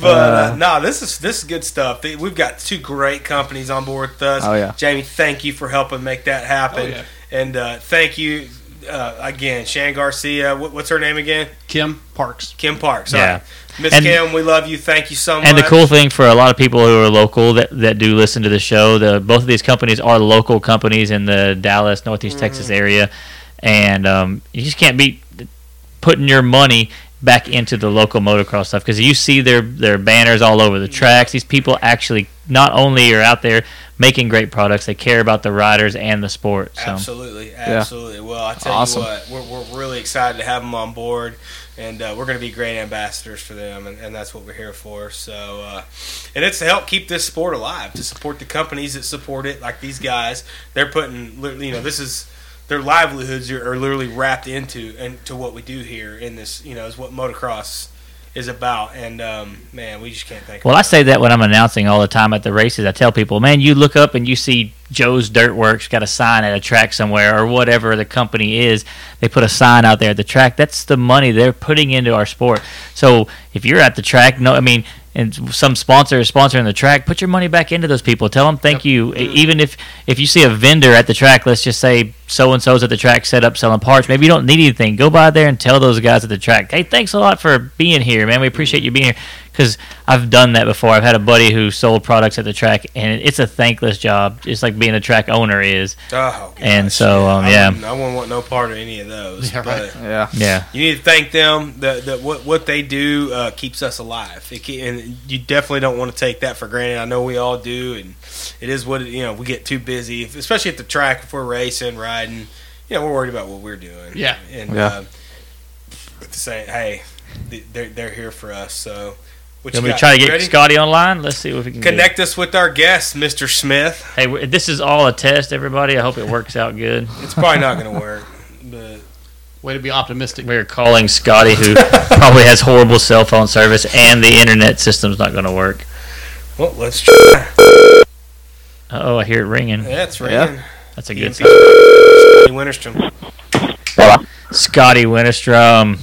[SPEAKER 1] but uh, no, this is this is good stuff. They- We've got two great companies on board with us.
[SPEAKER 2] Oh, yeah.
[SPEAKER 1] Jamie, thank you for helping make that happen.
[SPEAKER 4] Oh, yeah.
[SPEAKER 1] And uh, thank you uh, again, Shan Garcia. What, what's her name again?
[SPEAKER 4] Kim Parks.
[SPEAKER 1] Kim Park. Sorry.
[SPEAKER 3] Yeah.
[SPEAKER 1] Miss
[SPEAKER 3] And-
[SPEAKER 1] Kim, we love you. Thank you so much.
[SPEAKER 3] And the cool thing for a lot of people who are local that, that do listen to the show, the both of these companies are local companies in the Dallas, Northeast Texas
[SPEAKER 1] Mm.
[SPEAKER 3] area, and um, you just can't beat putting your money back into the local motocross stuff because you see their their banners all over the tracks. These people actually not only are out there making great products, they care about the riders and the sport. So
[SPEAKER 1] Absolutely, absolutely. Well, I tell
[SPEAKER 2] Awesome.
[SPEAKER 1] you what, we're, we're really excited to have them on board, and uh, we're going to be great ambassadors for them, and, and that's what we're here for. So, uh, and it's to help keep this sport alive, to support the companies that support it, like these guys. They're putting, literally, you know, this is their livelihoods are, are literally wrapped into and to what we do here in this, you know, is what motocross is about. And um, man, we just can't thank.
[SPEAKER 3] Well, I
[SPEAKER 1] enough.
[SPEAKER 3] say that when I'm announcing all the time at the races. I tell people, man, you look up and you see Joe's Dirt Works got a sign at a track somewhere or whatever the company is. They put a sign out there at the track. That's the money they're putting into our sport. So if you're at the track, no, I mean, and some sponsor is sponsoring the track, put your money back into those people. Tell them thank you. E- Even if if you see a vendor at the track, let's just say so and so's at the track set up selling parts. Maybe you don't need anything. Go by there and tell those guys at the track, hey, thanks a lot for being here, man. We appreciate you being here. Because I've done that before. I've had a buddy who sold products at the track, and it's a thankless job. It's like being a track owner is.
[SPEAKER 1] Oh,
[SPEAKER 3] And
[SPEAKER 1] gosh.
[SPEAKER 3] so, um,
[SPEAKER 1] I
[SPEAKER 3] yeah.
[SPEAKER 1] wouldn't- I wouldn't want no part of any of those.
[SPEAKER 4] Yeah, right.
[SPEAKER 1] but-
[SPEAKER 2] yeah.
[SPEAKER 3] Yeah.
[SPEAKER 1] You need to thank them. That, that what what they do uh, keeps us alive. It ke and you definitely don't want to take that for granted. I know we all do, and it is what it, you know. We get too busy, if- especially at the track if we're racing, riding. You know, we're worried about what we're doing.
[SPEAKER 4] Yeah.
[SPEAKER 1] and
[SPEAKER 2] Yeah.
[SPEAKER 1] Uh, but to say, hey, th- they're they're here for us. So, what
[SPEAKER 3] Can we
[SPEAKER 1] got?
[SPEAKER 3] try to get
[SPEAKER 1] Ready?
[SPEAKER 3] Scotty online? Let's see if we can get-
[SPEAKER 1] Connect us with our guest, Mr. Smith.
[SPEAKER 3] Hey, w- this is all a test, everybody. I hope it works out good.
[SPEAKER 1] It's probably not going to work, but
[SPEAKER 4] Way to be optimistic.
[SPEAKER 3] We're calling Scotty, who probably has horrible cell phone service, and the internet system's not going to work.
[SPEAKER 1] well, let's try.
[SPEAKER 3] Oh, I hear it ringing.
[SPEAKER 1] That's right.
[SPEAKER 2] Yeah.
[SPEAKER 3] That's a good sign.
[SPEAKER 1] Scotty Winterstrom.
[SPEAKER 3] Scotty Winterstrom.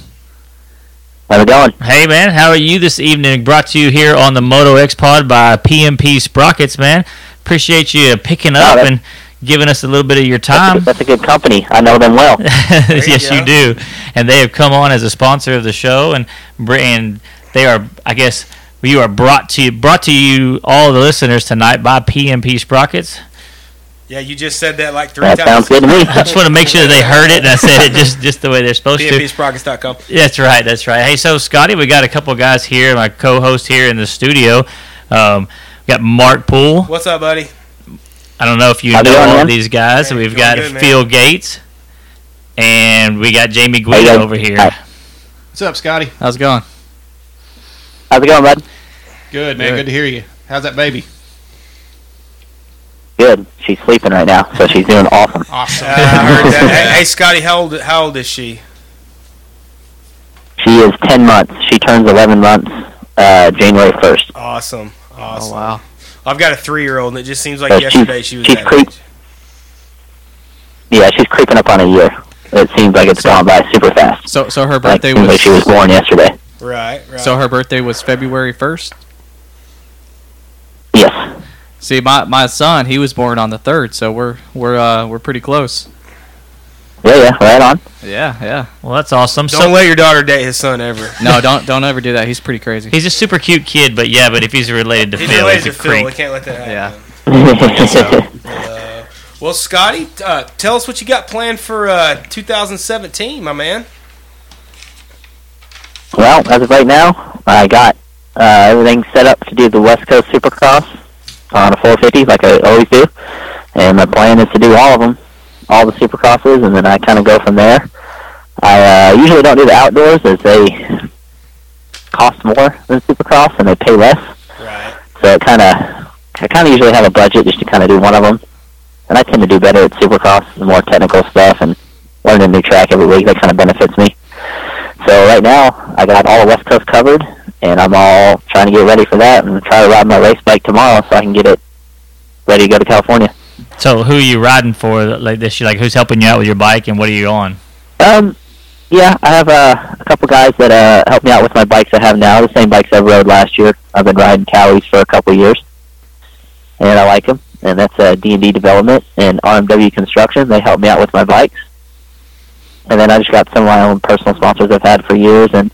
[SPEAKER 5] How's it going?
[SPEAKER 3] Hey, man, how are you this evening? Brought to you here on the Moto X Pod by PMP Sprockets, man. Appreciate you picking up
[SPEAKER 5] that-
[SPEAKER 3] and giving us a little bit of your
[SPEAKER 5] That's a,
[SPEAKER 3] time.
[SPEAKER 5] that's a good company. I know them well.
[SPEAKER 1] you
[SPEAKER 3] yes,
[SPEAKER 1] go.
[SPEAKER 3] you do. And they have come on as a sponsor of the show, and br- and they are, I guess, you are brought to brought to you all the listeners tonight by PMP Sprockets.
[SPEAKER 1] Yeah, you just said that like three
[SPEAKER 5] That
[SPEAKER 1] times.
[SPEAKER 5] sounds good to me.
[SPEAKER 3] I just want to make sure that they heard it, and I said it just just the way they're supposed to.
[SPEAKER 1] PMPsprockets.com.
[SPEAKER 3] That's right. That's right. Hey, so Scotty, we got a couple guys here, my co-host here in the studio. Um, we got Mark Poole.
[SPEAKER 1] What's up, buddy?
[SPEAKER 3] I don't know if you
[SPEAKER 5] How
[SPEAKER 3] know
[SPEAKER 5] you doing,
[SPEAKER 3] all
[SPEAKER 5] man?
[SPEAKER 3] these guys.
[SPEAKER 1] Hey,
[SPEAKER 3] We've
[SPEAKER 1] doing
[SPEAKER 3] got
[SPEAKER 1] good, man.
[SPEAKER 3] Phil Gates, and we got Jamie
[SPEAKER 5] How you
[SPEAKER 3] Guido
[SPEAKER 5] doing?
[SPEAKER 3] over here.
[SPEAKER 5] Hi.
[SPEAKER 4] What's up, Scotty?
[SPEAKER 2] How's it going?
[SPEAKER 5] How's it going, bud?
[SPEAKER 4] Good man.
[SPEAKER 2] Good.
[SPEAKER 4] Good. to hear you. How's that baby?
[SPEAKER 5] Good. She's sleeping right now, so she's doing awesome.
[SPEAKER 4] Awesome.
[SPEAKER 1] Uh, I heard that. Hey, hey, Scotty, how old, how old is she?
[SPEAKER 5] She is 10 months. She turns 11 months uh, January 1st.
[SPEAKER 1] Awesome. Awesome.
[SPEAKER 2] Oh wow.
[SPEAKER 1] I've got a three year old, and it just seems like
[SPEAKER 5] Uh, she's-
[SPEAKER 1] yesterday she was
[SPEAKER 5] she's
[SPEAKER 1] that
[SPEAKER 5] creep-
[SPEAKER 1] age.
[SPEAKER 5] Yeah, she's creeping up on a year. It seems like it's gone by super fast.
[SPEAKER 2] So so her
[SPEAKER 5] Like,
[SPEAKER 2] birthday
[SPEAKER 5] seems like
[SPEAKER 2] was
[SPEAKER 5] she was born yesterday.
[SPEAKER 1] Right, right.
[SPEAKER 2] so her birthday was February first.
[SPEAKER 5] Yes.
[SPEAKER 2] See, my, my son, he was born on the third, so we're we're uh, we're pretty close.
[SPEAKER 5] Yeah, yeah, right on.
[SPEAKER 2] Yeah, yeah.
[SPEAKER 3] Well, that's awesome.
[SPEAKER 1] don't
[SPEAKER 3] So
[SPEAKER 1] let your daughter date his son ever.
[SPEAKER 2] No, don't don't ever do that. He's pretty crazy.
[SPEAKER 3] he's a super cute kid, but yeah, but if he's related to
[SPEAKER 1] He's
[SPEAKER 3] Phil,
[SPEAKER 1] related
[SPEAKER 3] he's
[SPEAKER 1] to
[SPEAKER 3] a
[SPEAKER 1] Phil. We
[SPEAKER 3] creep.
[SPEAKER 1] can't let that
[SPEAKER 2] Yeah.
[SPEAKER 1] happen. Uh, well, Scotty, uh, tell us what you got planned for uh, 2017, my man.
[SPEAKER 5] Well, as of right now, I got uh, everything set up to do the West Coast Supercross on a 450, like I always do. And my plan is to do all of them, all the Supercrosses, and then I kind of go from there. I uh, usually don't do the outdoors, as they cost more than Supercross and they pay less.
[SPEAKER 1] Right.
[SPEAKER 5] So it kind of, I kind of usually have a budget just to kind of do one of them. And I tend to do better at Supercross, the more technical stuff, and learning a new track every week. That kind of benefits me. So right now, I got all the West Coast covered, and I'm all trying to get ready for that and try to ride my race bike tomorrow so I can get it ready to go to California.
[SPEAKER 3] So who are you riding for like this year? Like who's helping you out with your bike and what are you on?
[SPEAKER 5] Um, yeah, I have uh, a couple guys that uh, help me out with my bikes I have now. The same bikes I rode last year. I've been riding Cali's for a couple years, and I like them. And that's uh, D&D Development and RMW Construction. They help me out with my bikes. And then I just got some of my own personal sponsors I've had for years, and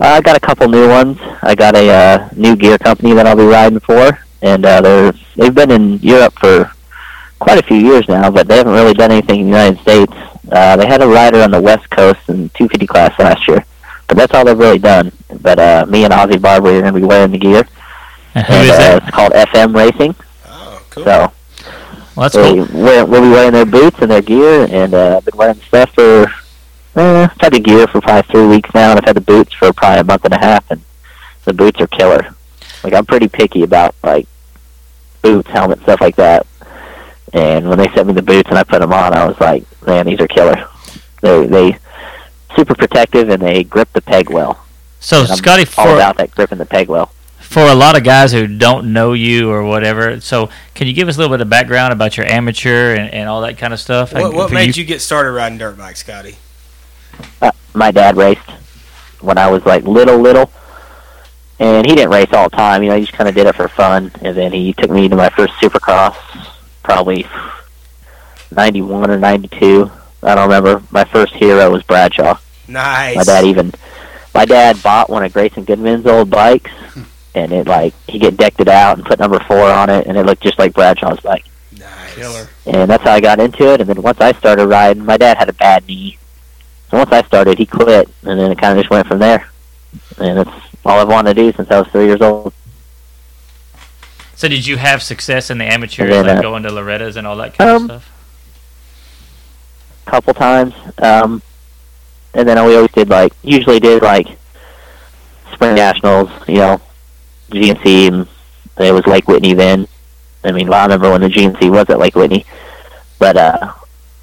[SPEAKER 5] uh, I got a couple new ones. I got a uh, new gear company that I'll be riding for, and uh, they're they've been in Europe for quite a few years now, but they haven't really done anything in the United States. Uh, they had a rider on the West Coast in 250 class last year, but that's all they've really done. But uh, me and Ozzy Barber are going to be wearing the gear,
[SPEAKER 3] And who
[SPEAKER 5] and
[SPEAKER 3] is
[SPEAKER 5] uh,
[SPEAKER 3] that?
[SPEAKER 5] it's called FM Racing.
[SPEAKER 1] Oh, cool.
[SPEAKER 5] So
[SPEAKER 3] Well, that's
[SPEAKER 5] we,
[SPEAKER 3] cool.
[SPEAKER 5] we're, we'll be wearing their boots and their gear, and uh, I've been wearing the stuff for uh, I've had the gear for probably three weeks now, and I've had the boots for probably a month and a half, and the boots are killer. Like I'm pretty picky about like boots, helmet, stuff like that. And when they sent me the boots and I put them on, I was like, man, these are killer. They they super protective and they grip the peg well.
[SPEAKER 3] So
[SPEAKER 5] And I'm
[SPEAKER 3] Scotty,
[SPEAKER 5] all
[SPEAKER 3] for
[SPEAKER 5] about that gripping the peg well.
[SPEAKER 3] for a lot of guys who don't know you or whatever, so can you give us a little bit of background about your amateur and, and all that kind of stuff?
[SPEAKER 1] What,
[SPEAKER 3] And
[SPEAKER 1] what
[SPEAKER 3] for
[SPEAKER 1] made you get started riding dirt bikes, Scotty?
[SPEAKER 5] my dad raced when I was like little, little, and he didn't race all the time. You know, he just kind of did it for fun. And then he took me to my first Supercross, probably '91 or '92. I don't remember. My first hero was Bradshaw.
[SPEAKER 1] Nice.
[SPEAKER 5] My dad even, my dad bought one of Grayson Goodman's old bikes, and it like he get decked it out and put number four on it, and it looked just like Bradshaw's bike
[SPEAKER 1] nice.
[SPEAKER 4] Killer.
[SPEAKER 5] and that's how I got into it. And then once I started riding, my dad had a bad knee, so once I started, he quit, and then it kind of just went from there. And it's all I've wanted to do since I was three years old.
[SPEAKER 3] So did you have success in the amateur,
[SPEAKER 5] And then,
[SPEAKER 3] like
[SPEAKER 5] uh,
[SPEAKER 3] going to Loretta's and all that kind
[SPEAKER 5] um,
[SPEAKER 3] of stuff?
[SPEAKER 5] A couple times, um, and then we always did like usually did like spring nationals, you know, GNC. And it was Lake Whitney then. I mean, well, I remember when the GNC was at Lake Whitney, but uh,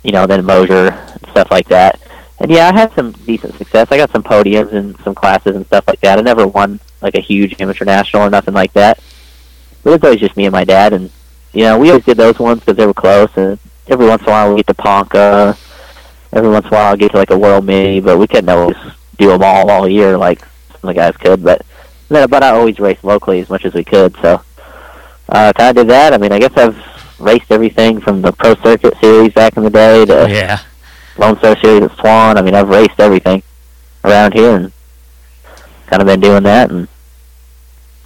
[SPEAKER 5] you know, then Mosier and stuff like that. And yeah, I had some decent success. I got some podiums and some classes and stuff like that. I never won like a huge amateur national or nothing like that. But it's always just me and my dad, and you know, we always did those ones because they were close. And every once in a while, we get to Ponca. Every once in a while, I get to like a World Mini, but we couldn't always do them all all year like some of the guys could. But no, but I always raced locally as much as we could. So uh, kind of did that. I mean, I guess I've raced everything from the Pro Circuit Series back in the day to
[SPEAKER 3] yeah.
[SPEAKER 5] Lone Star Series at Swan. I mean, I've raced everything around here and kind of been doing that, and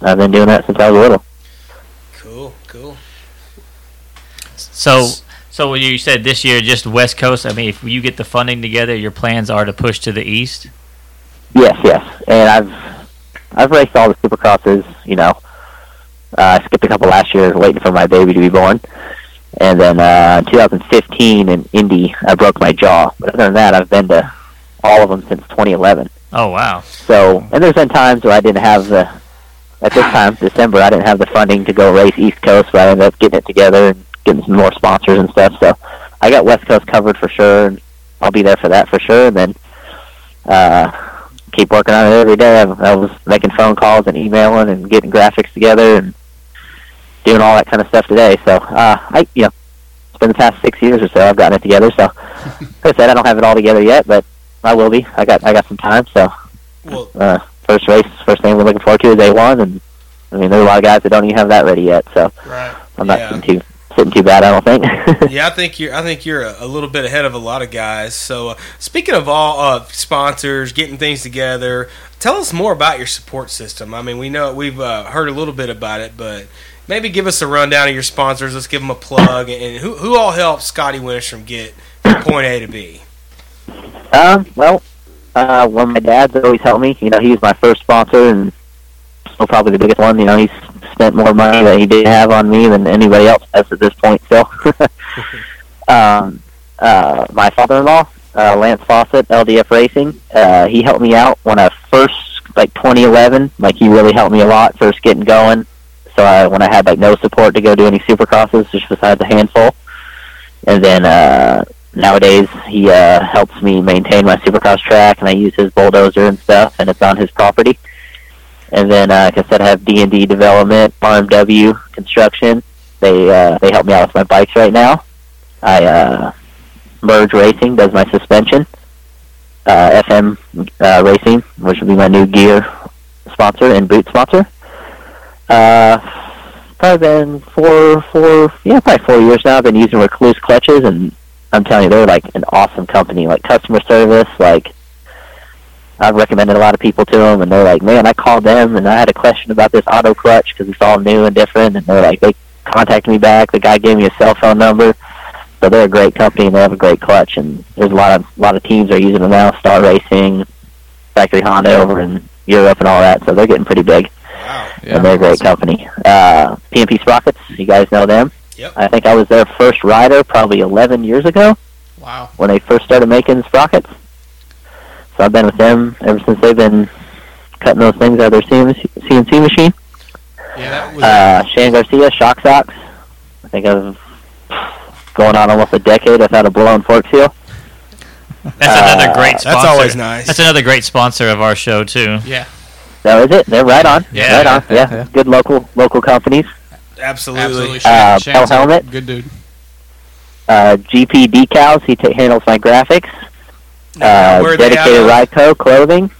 [SPEAKER 5] I've been doing that since I was little.
[SPEAKER 1] Cool, cool.
[SPEAKER 3] So so when you said this year just West Coast, I mean, if you get the funding together, your plans are to push to the east.
[SPEAKER 5] Yes, yes, and I've I've raced all the supercrosses. You know, uh, I skipped a couple last year, waiting for my baby to be born, and then uh, in 2015 in Indy, I broke my jaw. But other than that, I've been to all of them since 2011.
[SPEAKER 3] Oh wow.
[SPEAKER 5] So, and there's been times where I didn't have the, at this time, December, I didn't have the funding to go race East Coast, but I ended up getting it together and getting some more sponsors and stuff. So, I got West Coast covered for sure, and I'll be there for that for sure. And then, uh, keep working on it every day. I, I was making phone calls and emailing and getting graphics together and doing all that kind of stuff today. So, uh, I, you know, it's been the past six years or so I've gotten it together. So, like I said, I don't have it all together yet, but I will be. I got, I got some time. So,
[SPEAKER 1] Well,
[SPEAKER 5] uh, first race, first thing we're looking forward to is A1, and I mean, there's a lot of guys that don't even have that ready yet, so
[SPEAKER 4] Right.
[SPEAKER 5] I'm not
[SPEAKER 1] Yeah.
[SPEAKER 5] sitting too sitting too bad, I don't think.
[SPEAKER 1] yeah, I think you're. I think you're a, a little bit ahead of a lot of guys. So, uh, speaking of all uh, sponsors, getting things together, tell us more about your support system. I mean, we know we've uh, heard a little bit about it, but maybe give us a rundown of your sponsors. Let's give them a plug, and who who all helped Scotty Winstrom get from point A to B.
[SPEAKER 5] um, well, Uh, well, my dad's always helped me. You know, he was my first sponsor and still probably the biggest one. You know, he's spent more money that he did have on me than anybody else has at this point. Still, um, uh, my father-in-law, uh, Lance Fawcett, LDF Racing. Uh, he helped me out when I first, like 2011. Like he really helped me a lot first getting going. So I, when I had like no support to go do any supercrosses, just besides a handful, and then uh, nowadays he uh, helps me maintain my supercross track, and I use his bulldozer and stuff, and it's on his property. And then, uh, like I said, I have D and D development, RMW construction. They uh, they help me out with my bikes right now. I uh, Merge Racing does my suspension. Uh, FM uh, Racing, which will be my new gear sponsor and boot sponsor. Uh, probably been four, four, yeah, probably four years now. I've been using Recluse clutches, and I'm telling you, they're like an awesome company. Like customer service, like I've recommended a lot of people to them, and they're like, "Man, I called them, and I had a question about this auto clutch because it's all new and different." And they're like, they contacted me back. The guy gave me a cell phone number, so they're a great company and they have a great clutch. And there's a lot of a lot of teams are using them now. Star Racing, Factory Honda over in Europe and all that, so they're getting pretty big.
[SPEAKER 1] Wow.
[SPEAKER 2] Yeah,
[SPEAKER 5] and they're a great company. Uh, PMP Sprockets, you guys know them.
[SPEAKER 1] Yep.
[SPEAKER 5] I think I was their first rider probably 11 years ago
[SPEAKER 4] Wow.
[SPEAKER 5] when they first started making sprockets. So I've been with them ever since they've been cutting those things out of their CNC CNC machine.
[SPEAKER 4] Yeah, that was.
[SPEAKER 5] Uh, Shane Garcia, Shock Socks. I think I've going on almost a decade without a blown fork seal.
[SPEAKER 3] That's
[SPEAKER 5] Uh,
[SPEAKER 3] another great sponsor.
[SPEAKER 1] That's always nice.
[SPEAKER 3] That's another great sponsor of our show too.
[SPEAKER 4] yeah,
[SPEAKER 5] That was it. They're right on.
[SPEAKER 3] Yeah,
[SPEAKER 5] right on.
[SPEAKER 2] yeah,
[SPEAKER 5] Yeah.
[SPEAKER 2] yeah.
[SPEAKER 5] Good local local companies.
[SPEAKER 1] Absolutely.
[SPEAKER 4] absolutely.
[SPEAKER 5] Uh,
[SPEAKER 4] Shane- Shane's
[SPEAKER 5] Bell
[SPEAKER 4] a
[SPEAKER 5] Helmet.
[SPEAKER 4] Good dude.
[SPEAKER 5] Uh, GP Decals. He ta handles my graphics.
[SPEAKER 1] Now,
[SPEAKER 5] Uh,
[SPEAKER 1] where are they out
[SPEAKER 5] dedicated
[SPEAKER 1] of?
[SPEAKER 5] Ryco clothing.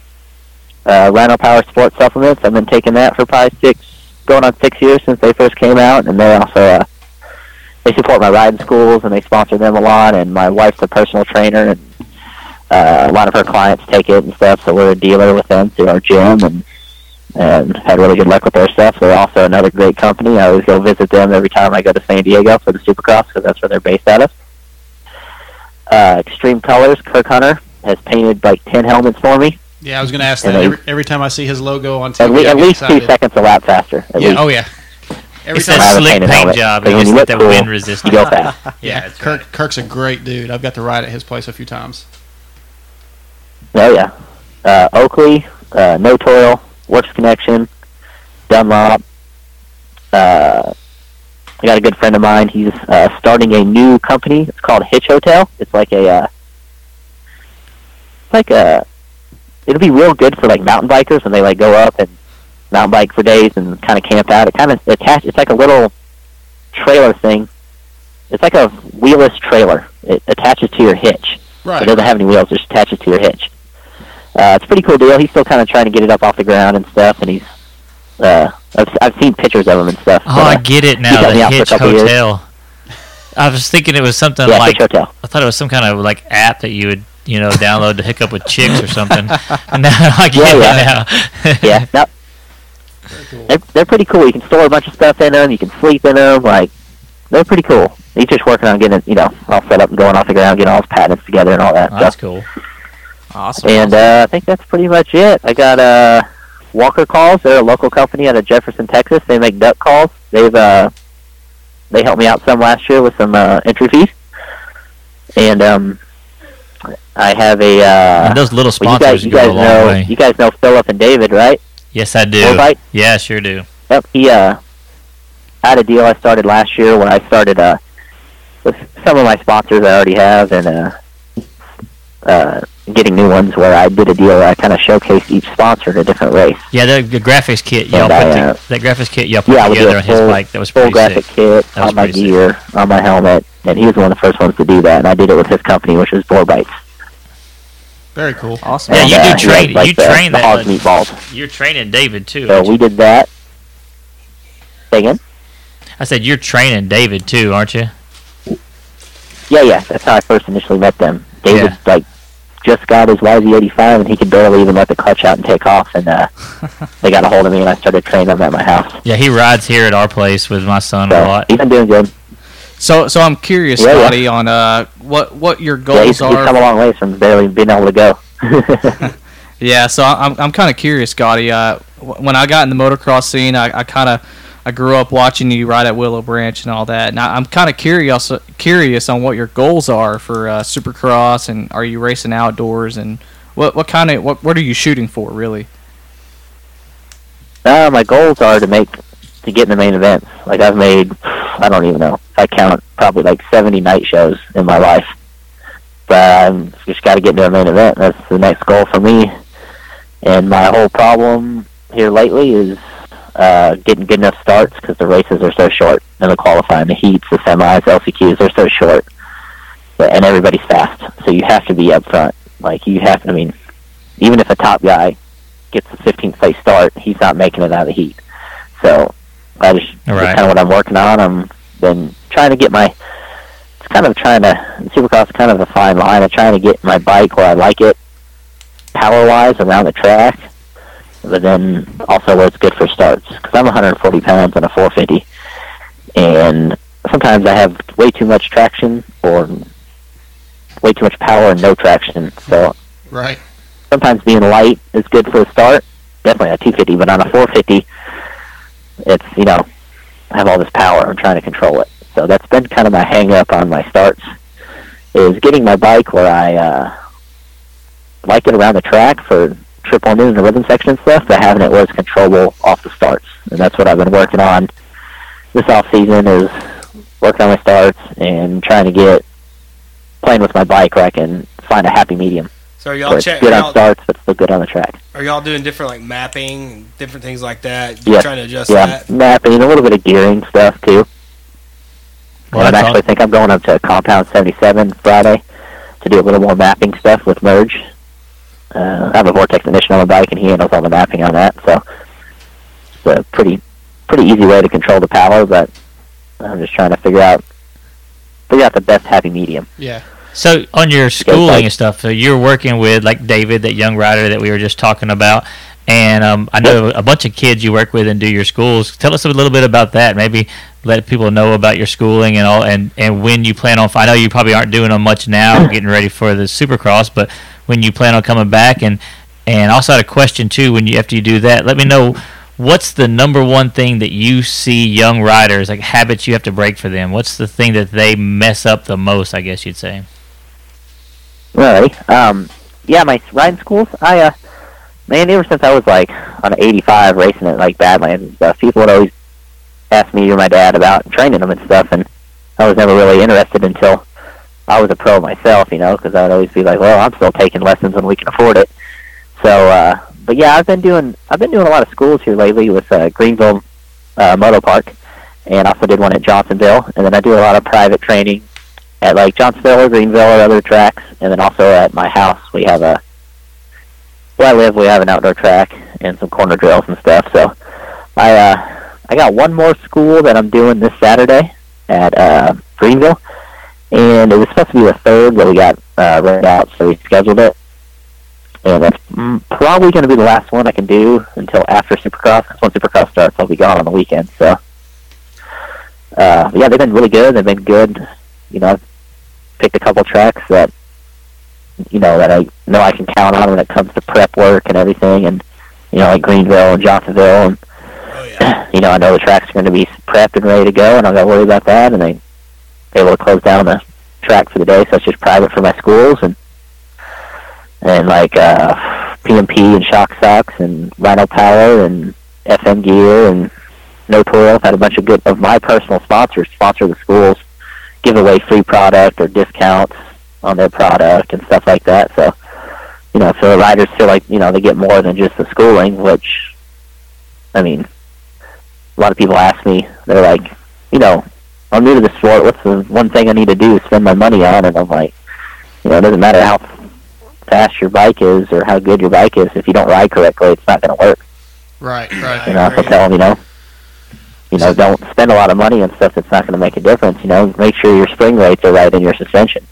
[SPEAKER 5] Uh, Rhino Power Sports supplements. I've been taking that for probably six, going on six years since they first came out, and they also uh, they support my riding schools and they sponsor them a lot. And my wife's a personal trainer, and uh, a lot of her clients take it and stuff. So we're a dealer with them through our gym, and and had really good luck with their stuff. They're also another great company. I always go visit them every time I go to San Diego for the Supercross because that's where they're based out of. Uh, Extreme Colors, Kirk Hunter has painted like ten helmets for me.
[SPEAKER 4] Yeah, I was gonna ask
[SPEAKER 5] And
[SPEAKER 4] that.
[SPEAKER 5] they-
[SPEAKER 4] Every, every time I see his logo on TV,
[SPEAKER 5] At, le-
[SPEAKER 4] I get
[SPEAKER 5] at least two
[SPEAKER 4] excited.
[SPEAKER 5] seconds a lap faster. At
[SPEAKER 4] Yeah.
[SPEAKER 5] least
[SPEAKER 4] Oh yeah. Every
[SPEAKER 3] It's
[SPEAKER 4] time,
[SPEAKER 5] I
[SPEAKER 3] a
[SPEAKER 5] have a
[SPEAKER 3] slick
[SPEAKER 5] painted
[SPEAKER 3] paint
[SPEAKER 5] helmet,
[SPEAKER 3] job.
[SPEAKER 5] but
[SPEAKER 3] It's
[SPEAKER 5] when
[SPEAKER 3] just
[SPEAKER 5] you look
[SPEAKER 3] that
[SPEAKER 5] cool,
[SPEAKER 3] wind
[SPEAKER 5] you
[SPEAKER 4] oh,
[SPEAKER 3] resistance.
[SPEAKER 5] go fast.
[SPEAKER 4] yeah,
[SPEAKER 3] that's
[SPEAKER 4] Kirk
[SPEAKER 3] right.
[SPEAKER 4] Kirk's a great dude. I've got to ride at his place a few times.
[SPEAKER 5] Oh yeah. Uh, Oakley, uh, No Toil, Works Connection, Dunlop. Uh, I got a good friend of mine. He's uh, starting a new company. It's called Hitch Hotel. It's like a, uh, it's like a. It'll be real good for like mountain bikers when they like go up and mountain bike for days and kind of camp out. It kind of attached. It's like a little trailer thing. It's like a wheelless trailer. It attaches to your hitch. It
[SPEAKER 4] Right.
[SPEAKER 5] doesn't have any wheels. Just attach it to your hitch. Uh, it's a pretty cool deal. He's still kind of trying to get it up off the ground and stuff, and he's. Uh, I've, I've seen pictures of him and stuff.
[SPEAKER 3] Oh,
[SPEAKER 5] but,
[SPEAKER 3] I
[SPEAKER 5] uh,
[SPEAKER 3] get it
[SPEAKER 5] He
[SPEAKER 3] now.
[SPEAKER 5] got me
[SPEAKER 3] The
[SPEAKER 5] out for a
[SPEAKER 3] Hitch
[SPEAKER 5] couple years.
[SPEAKER 3] Hotel. I was thinking it was something
[SPEAKER 5] yeah,
[SPEAKER 3] like
[SPEAKER 5] Hitch Hotel.
[SPEAKER 3] I thought it was some kind of like app that you would you know download to hook up with chicks or something. now I get
[SPEAKER 5] Yeah,
[SPEAKER 3] it now.
[SPEAKER 5] Yeah, no, they're, they're pretty cool. You can store a bunch of stuff in them. You can sleep in them. Like, they're pretty cool. He's just working on getting it, you know, all set up and going off the ground, getting all his patents together and all that
[SPEAKER 3] Oh,
[SPEAKER 5] stuff.
[SPEAKER 3] that's cool.
[SPEAKER 2] awesome.
[SPEAKER 5] And uh, I think that's pretty much it. I got uh, Walker Calls. They're a local company out of Jefferson, Texas. They make duck calls. They've uh, they helped me out some last year with some uh, entry fees. And um, I have a uh,
[SPEAKER 3] And those little
[SPEAKER 5] well, you
[SPEAKER 3] sponsors
[SPEAKER 5] guys, you
[SPEAKER 3] go
[SPEAKER 5] guys
[SPEAKER 3] a long
[SPEAKER 5] know
[SPEAKER 3] way.
[SPEAKER 5] you guys know Philip and David, right?
[SPEAKER 3] Yes, I do.
[SPEAKER 5] Bullseye?
[SPEAKER 3] Yeah, sure do.
[SPEAKER 5] Yep, he uh, had a deal I started last year when I started uh, with some of my sponsors I already have and uh, uh, getting new ones where I did a deal where I kind of showcased each sponsor in a different race.
[SPEAKER 3] Yeah, the, the graphics kit
[SPEAKER 5] Yeah,
[SPEAKER 3] y'all put
[SPEAKER 5] that,
[SPEAKER 3] to- that graphics kit y'all put
[SPEAKER 5] uh, Yeah, we did
[SPEAKER 3] together
[SPEAKER 5] a
[SPEAKER 3] on his
[SPEAKER 5] full-
[SPEAKER 3] bike that was
[SPEAKER 5] Full
[SPEAKER 3] pretty
[SPEAKER 5] graphic
[SPEAKER 3] sick.
[SPEAKER 5] kit
[SPEAKER 3] That was
[SPEAKER 5] on my
[SPEAKER 3] pretty sick.
[SPEAKER 5] gear, on my helmet, and he was one of the first ones to do that, and I did it with his company, which was Boar Bites.
[SPEAKER 4] Very cool.
[SPEAKER 2] awesome.
[SPEAKER 3] Yeah,
[SPEAKER 5] And,
[SPEAKER 3] you do
[SPEAKER 5] uh, he
[SPEAKER 3] train-
[SPEAKER 5] had, like,
[SPEAKER 3] you
[SPEAKER 5] the,
[SPEAKER 3] train
[SPEAKER 5] the
[SPEAKER 3] that,
[SPEAKER 5] hog
[SPEAKER 3] like-
[SPEAKER 5] meatballs.
[SPEAKER 3] You're training David too.
[SPEAKER 5] So we did that. Say again?
[SPEAKER 3] I said you're training David too, aren't you?
[SPEAKER 5] Yeah, yeah. That's how I first initially met them. David like just got his YZ85 and he could barely even let the clutch out and take off. And uh, they got a hold of me and I started training them at my house.
[SPEAKER 3] Yeah, he rides here at our place with my son a
[SPEAKER 5] So
[SPEAKER 3] lot.
[SPEAKER 5] he's been doing good.
[SPEAKER 2] So, so I'm curious,
[SPEAKER 5] Yeah, yeah.
[SPEAKER 2] Scotty, on uh, what what your
[SPEAKER 5] yeah,
[SPEAKER 2] goals
[SPEAKER 5] he's, he's come
[SPEAKER 2] are.
[SPEAKER 5] a long ways from barely being able to go.
[SPEAKER 2] Yeah, so I- I'm, I'm kind of curious, Gotti. Uh, wh- when I got in the motocross scene, I, I kind of I grew up watching you ride at Willow Branch and all that. And I, I'm kind of curious curious on what your goals are for uh, Supercross and are you racing outdoors and what what kind of what what are you shooting for really?
[SPEAKER 5] Uh, my goals are to make to get in the main events. Like I've made, I don't even know. I count probably like seventy night shows in my life. But I'm just got to get to a main event. That's the next goal for me. And my whole problem here lately is uh, getting good enough starts because the races are so short and the qualifying, the heats, the semis, LCQs, they're so short. But, and everybody's fast, so you have to be up front. Like you have, I mean, even if a top guy gets the 15th place start, he's not making it out of the heat. So that is
[SPEAKER 3] All right.
[SPEAKER 5] kind of what I'm working on. I'm been trying to get my. It's kind of trying to supercross. is Kind of a fine line. I'm trying to get my bike where I like it, power wise around the track, but then also where it's good for starts. Because I'm 140 pounds on a 450, and sometimes I have way too much traction or way too much power and no traction. So
[SPEAKER 4] Right.
[SPEAKER 5] sometimes being light is good for a start. Definitely a 250, but on a 450, it's, you know, I have all this power. I'm trying to control it. So that's been kind of my hang up on my starts is getting my bike where I uh, like it around the track for triple noon and the ribbon section and stuff, but having it where it's controllable off the starts. And that's what I've been working on this off season is working on my starts and trying to get playing with my bike where I can find a happy medium.
[SPEAKER 1] So are
[SPEAKER 5] where
[SPEAKER 1] y'all
[SPEAKER 5] it's
[SPEAKER 1] check? Are
[SPEAKER 5] good on
[SPEAKER 1] y'all,
[SPEAKER 5] starts, but still good on the track.
[SPEAKER 1] are y'all doing different like mapping, and different things like that?
[SPEAKER 5] Yeah.
[SPEAKER 1] Trying to adjust
[SPEAKER 5] Yeah,
[SPEAKER 1] that.
[SPEAKER 5] mapping, a little bit of gearing stuff too.
[SPEAKER 3] Well,
[SPEAKER 5] I
[SPEAKER 3] that's
[SPEAKER 5] actually think I'm going up to Compound 77 Friday to do a little more mapping stuff with Merge. Uh, I have a Vortex technician on my bike, and he handles all the mapping on that. So it's a pretty pretty easy way to control the power, but I'm just trying to figure out figure out the best happy medium.
[SPEAKER 4] Yeah.
[SPEAKER 3] So on your schooling
[SPEAKER 5] like-
[SPEAKER 3] and stuff, so you're working with like David, that young rider that we were just talking about, and um, I know a bunch of kids you work with and do your schools. Tell us a little bit about that. Maybe let people know about your schooling and all, and, and when you plan on. I know you probably aren't doing them much now, getting ready for the Supercross, but when you plan on coming back, and and also had a question too. When you after you do that, let me know. What's the number one thing that you see young riders like habits you have to break for them? What's the thing that they mess up the most? I guess you'd say.
[SPEAKER 5] Really? Um, yeah, my riding schools. I uh, man, ever since I was like on an '85 racing at like Badlands and stuff, people would always ask me or my dad about training them and stuff, and I was never really interested until I was a pro myself, you know, because I would always be like, well, I'm still taking lessons when we can afford it. So, uh, but yeah, I've been doing I've been doing a lot of schools here lately with uh, Greenville uh, Moto Park, and also did one at Johnsonville, and then I do a lot of private training at like Johnsonville or Greenville or other tracks, and then also at my house we have a where I live we have an outdoor track and some corner drills and stuff. So I uh, I got one more school that I'm doing this Saturday at uh, Greenville, and it was supposed to be the third, but we got uh, rained out, so we scheduled it. And that's mm, probably going to be the last one I can do until after Supercross. 'cause once Supercross starts, I'll be gone on the weekend. So, uh, yeah, they've been really good. They've been good. You know, I've picked a couple tracks that you know that I know I can count on when it comes to prep work and everything, and you know like Greenville and Johnsonville,
[SPEAKER 1] Oh yeah.
[SPEAKER 5] and you know I know the tracks are going to be prepped and ready to go, and I'm not worry about that, and I able to close down the track for the day, so it's just private for my schools and and like uh, PMP and Shock Socks and Rhino Power and FM Gear and No Toil had a bunch of good of my personal sponsors sponsor the schools, give away free product or discounts on their product and stuff like that. So you know, so the riders feel like you know they get more than just the schooling, which I mean, a lot of people ask me, they're like, you know, I'm new to the sport. What's the one thing I need to do to spend my money on? And I'm like, you know, it doesn't matter how fast your bike is or how good your bike is. If you don't ride correctly, it's not going to work.
[SPEAKER 4] Right. Right.
[SPEAKER 5] You know, so
[SPEAKER 1] agree.
[SPEAKER 5] tell them, you know, you know, don't spend a lot of money on stuff that's not going to make a difference. You know, make sure your spring rates are right in your suspension.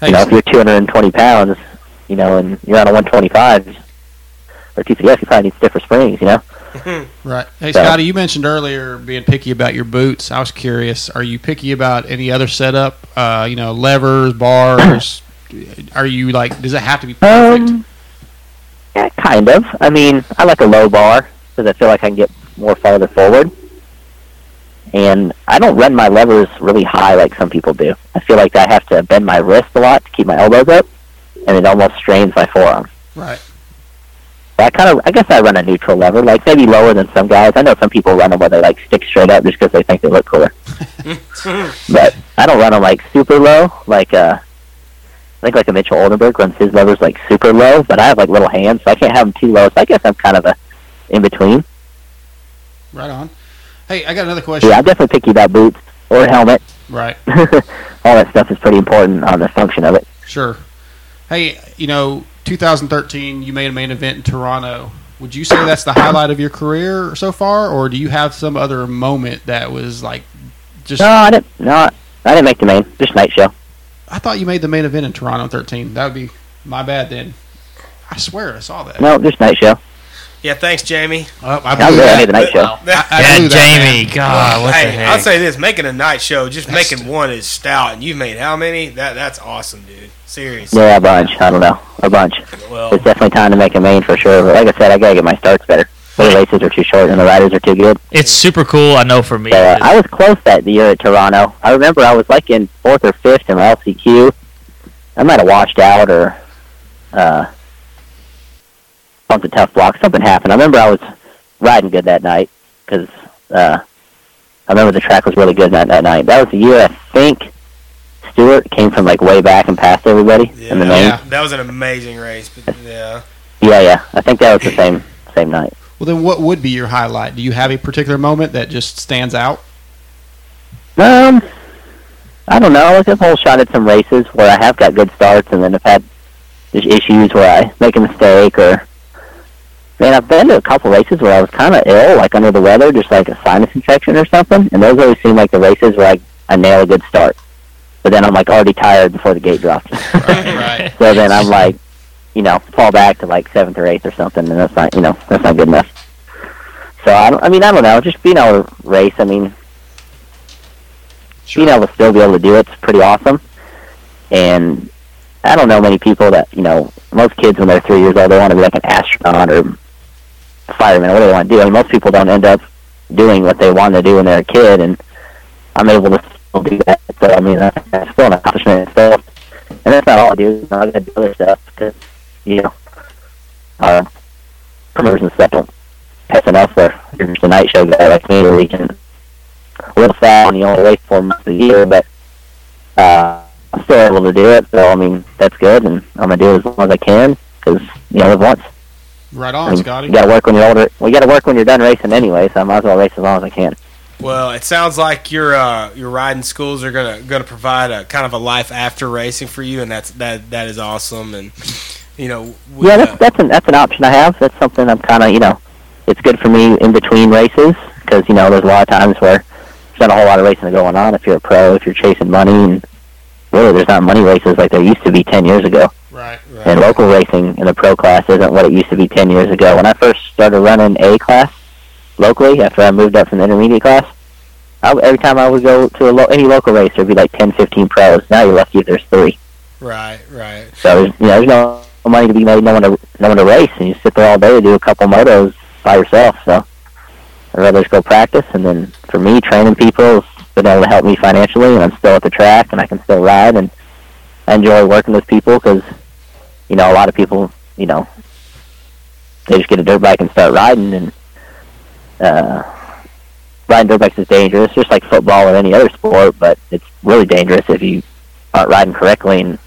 [SPEAKER 4] Hey,
[SPEAKER 5] You know, if you're 220 pounds, you know, and you're on a 125 or TCS, you probably need stiffer springs. You know.
[SPEAKER 4] Right. Hey,
[SPEAKER 5] So-
[SPEAKER 4] Scotty, you mentioned earlier being picky about your boots. I was curious, are you picky about any other setup? Uh, you know, levers, bars, Are you like? Does it have to be perfect?
[SPEAKER 5] Um, yeah, kind of. I mean, I like a low bar because I feel like I can get more farther forward. And I don't run my levers really high like some people do. I feel like I have to bend my wrist a lot to keep my elbows up, and it almost strains my forearm.
[SPEAKER 4] right.
[SPEAKER 5] But I kind of, I guess I run a neutral lever, like maybe lower than some guys. I know some people run them where they like stick straight up just because they think they look cooler. but I don't run them like super low, like uh, I think like a Mitchell Oldenburg runs his levers like super low, but I have like little hands, so I can't have them too low. So I guess I'm kind of a in between.
[SPEAKER 4] Right on. Hey, I got another question.
[SPEAKER 5] Yeah, I definitely picky about boots or helmet.
[SPEAKER 4] Right.
[SPEAKER 5] All that stuff is pretty important on the function of it.
[SPEAKER 4] Sure. Hey, you know, 2013, you made a main event in Toronto. Would you say that's the highlight of your career so far, or do you have some other moment that was like just?
[SPEAKER 5] No, I didn't. No, I didn't make the main. Just night show.
[SPEAKER 4] I thought you made the main event in Toronto in 13. That would be my bad then. I swear I saw that.
[SPEAKER 5] No, just night show.
[SPEAKER 1] Yeah, thanks, Jamie.
[SPEAKER 4] Oh, I
[SPEAKER 5] I was
[SPEAKER 4] blew
[SPEAKER 5] there. I made
[SPEAKER 4] that.
[SPEAKER 5] the night show.
[SPEAKER 4] I, I
[SPEAKER 3] yeah,
[SPEAKER 4] blew that, man.
[SPEAKER 3] Jamie. God, what the
[SPEAKER 1] hey,
[SPEAKER 3] heck?
[SPEAKER 1] I'll say this: making a night show, just
[SPEAKER 4] That's-
[SPEAKER 1] making one is stout, and you've made how many? That that's awesome, dude. Seriously.
[SPEAKER 5] Yeah, a bunch. I don't know, a bunch.
[SPEAKER 1] Well,
[SPEAKER 5] It's definitely time to make a main for sure. But like I said, I gotta get my starts better. The races are too short and the riders are too good.
[SPEAKER 3] it's super cool. I know for me.
[SPEAKER 5] So uh,
[SPEAKER 3] it is.
[SPEAKER 5] I was close that year at Toronto. I remember I was like in fourth or fifth in my LCQ. I might have washed out or uh, bumped a tough block. Something happened. I remember I was riding good that night because uh, I remember the track was really good that, that night. That was the year I think Stewart came from like way back and passed everybody
[SPEAKER 1] yeah,
[SPEAKER 5] in the
[SPEAKER 1] that,
[SPEAKER 5] main.
[SPEAKER 4] Yeah.
[SPEAKER 1] that was an amazing race, but yeah.
[SPEAKER 5] Yeah, yeah. I think that was the same same night.
[SPEAKER 4] Well, then what would be your highlight? Do you have a particular moment that just stands out?
[SPEAKER 5] Um, I don't know. I like I've whole shot at some races where I have got good starts, and then I've had just issues where I make a mistake or. Man, I've been to a couple races where I was kind of ill, like under the weather, just like a sinus infection or something, and those always seem like the races where I, I nail a good start, but then I'm like already tired before the gate drops.
[SPEAKER 4] right.
[SPEAKER 5] so then I'm like, you know, fall back to like seventh or eighth or something, and that's not, you know, that's not good enough. So I don't. I mean, I don't know. Just being able to race. I mean,
[SPEAKER 4] Sure.
[SPEAKER 5] being able to still be able to do it's pretty awesome. And I don't know many people that you know. Most kids when they're three years old, they want to be like an astronaut or fireman or whatever they want to do. And most people don't end up doing what they wanted to do when they're a kid. And I'm able to still do that. So I mean, that's that's still an accomplishment in itself. And that's not all I do. You know, I got to do other stuff because you know, uh, promoters and stuff don't pass enough for you're just a night show guy like me where we can little fat and you only wait four months a year, but uh, I'm still able to do it. So I mean, that's good, and I'm gonna do it as long as I can because you know, live once.
[SPEAKER 4] Right
[SPEAKER 5] I
[SPEAKER 4] on,
[SPEAKER 5] mean,
[SPEAKER 4] Scotty.
[SPEAKER 5] you gotta work when you're older. Well, you gotta work when you're done racing anyway, so I might as well race as long as I can.
[SPEAKER 1] Well, it sounds like your uh, your riding schools are gonna gonna provide a kind of a life after racing for you, and that's that that is awesome. And you know, we,
[SPEAKER 5] yeah,
[SPEAKER 1] uh,
[SPEAKER 5] that's that's an that's an option I have. That's something I'm kind of you know, it's good for me in between races because you know there's a lot of times where there's not a whole lot of racing going on. If you're a pro, if you're chasing money, and really there's not money races like there used to be ten years ago.
[SPEAKER 4] Right.
[SPEAKER 1] right.
[SPEAKER 5] and local racing in the pro class isn't what it used to be 10 years ago. When I first started running A class locally after I moved up from the intermediate class, I, every time I would go to a lo- any local race, there'd be like 10, 15 pros. Now you're lucky if there's three.
[SPEAKER 1] right, right.
[SPEAKER 5] So there's, you know, there's no money to be made, no one to, no one to race, and you sit there all day to do a couple motos by yourself. So I'd rather just go practice, and then for me, training people has been able to help me financially, and I'm still at the track, and I can still ride, and I enjoy working with people because, you know, a lot of people, you know, they just get a dirt bike and start riding, and uh, riding dirt bikes is dangerous, just like football or any other sport, but it's really dangerous if you aren't riding correctly and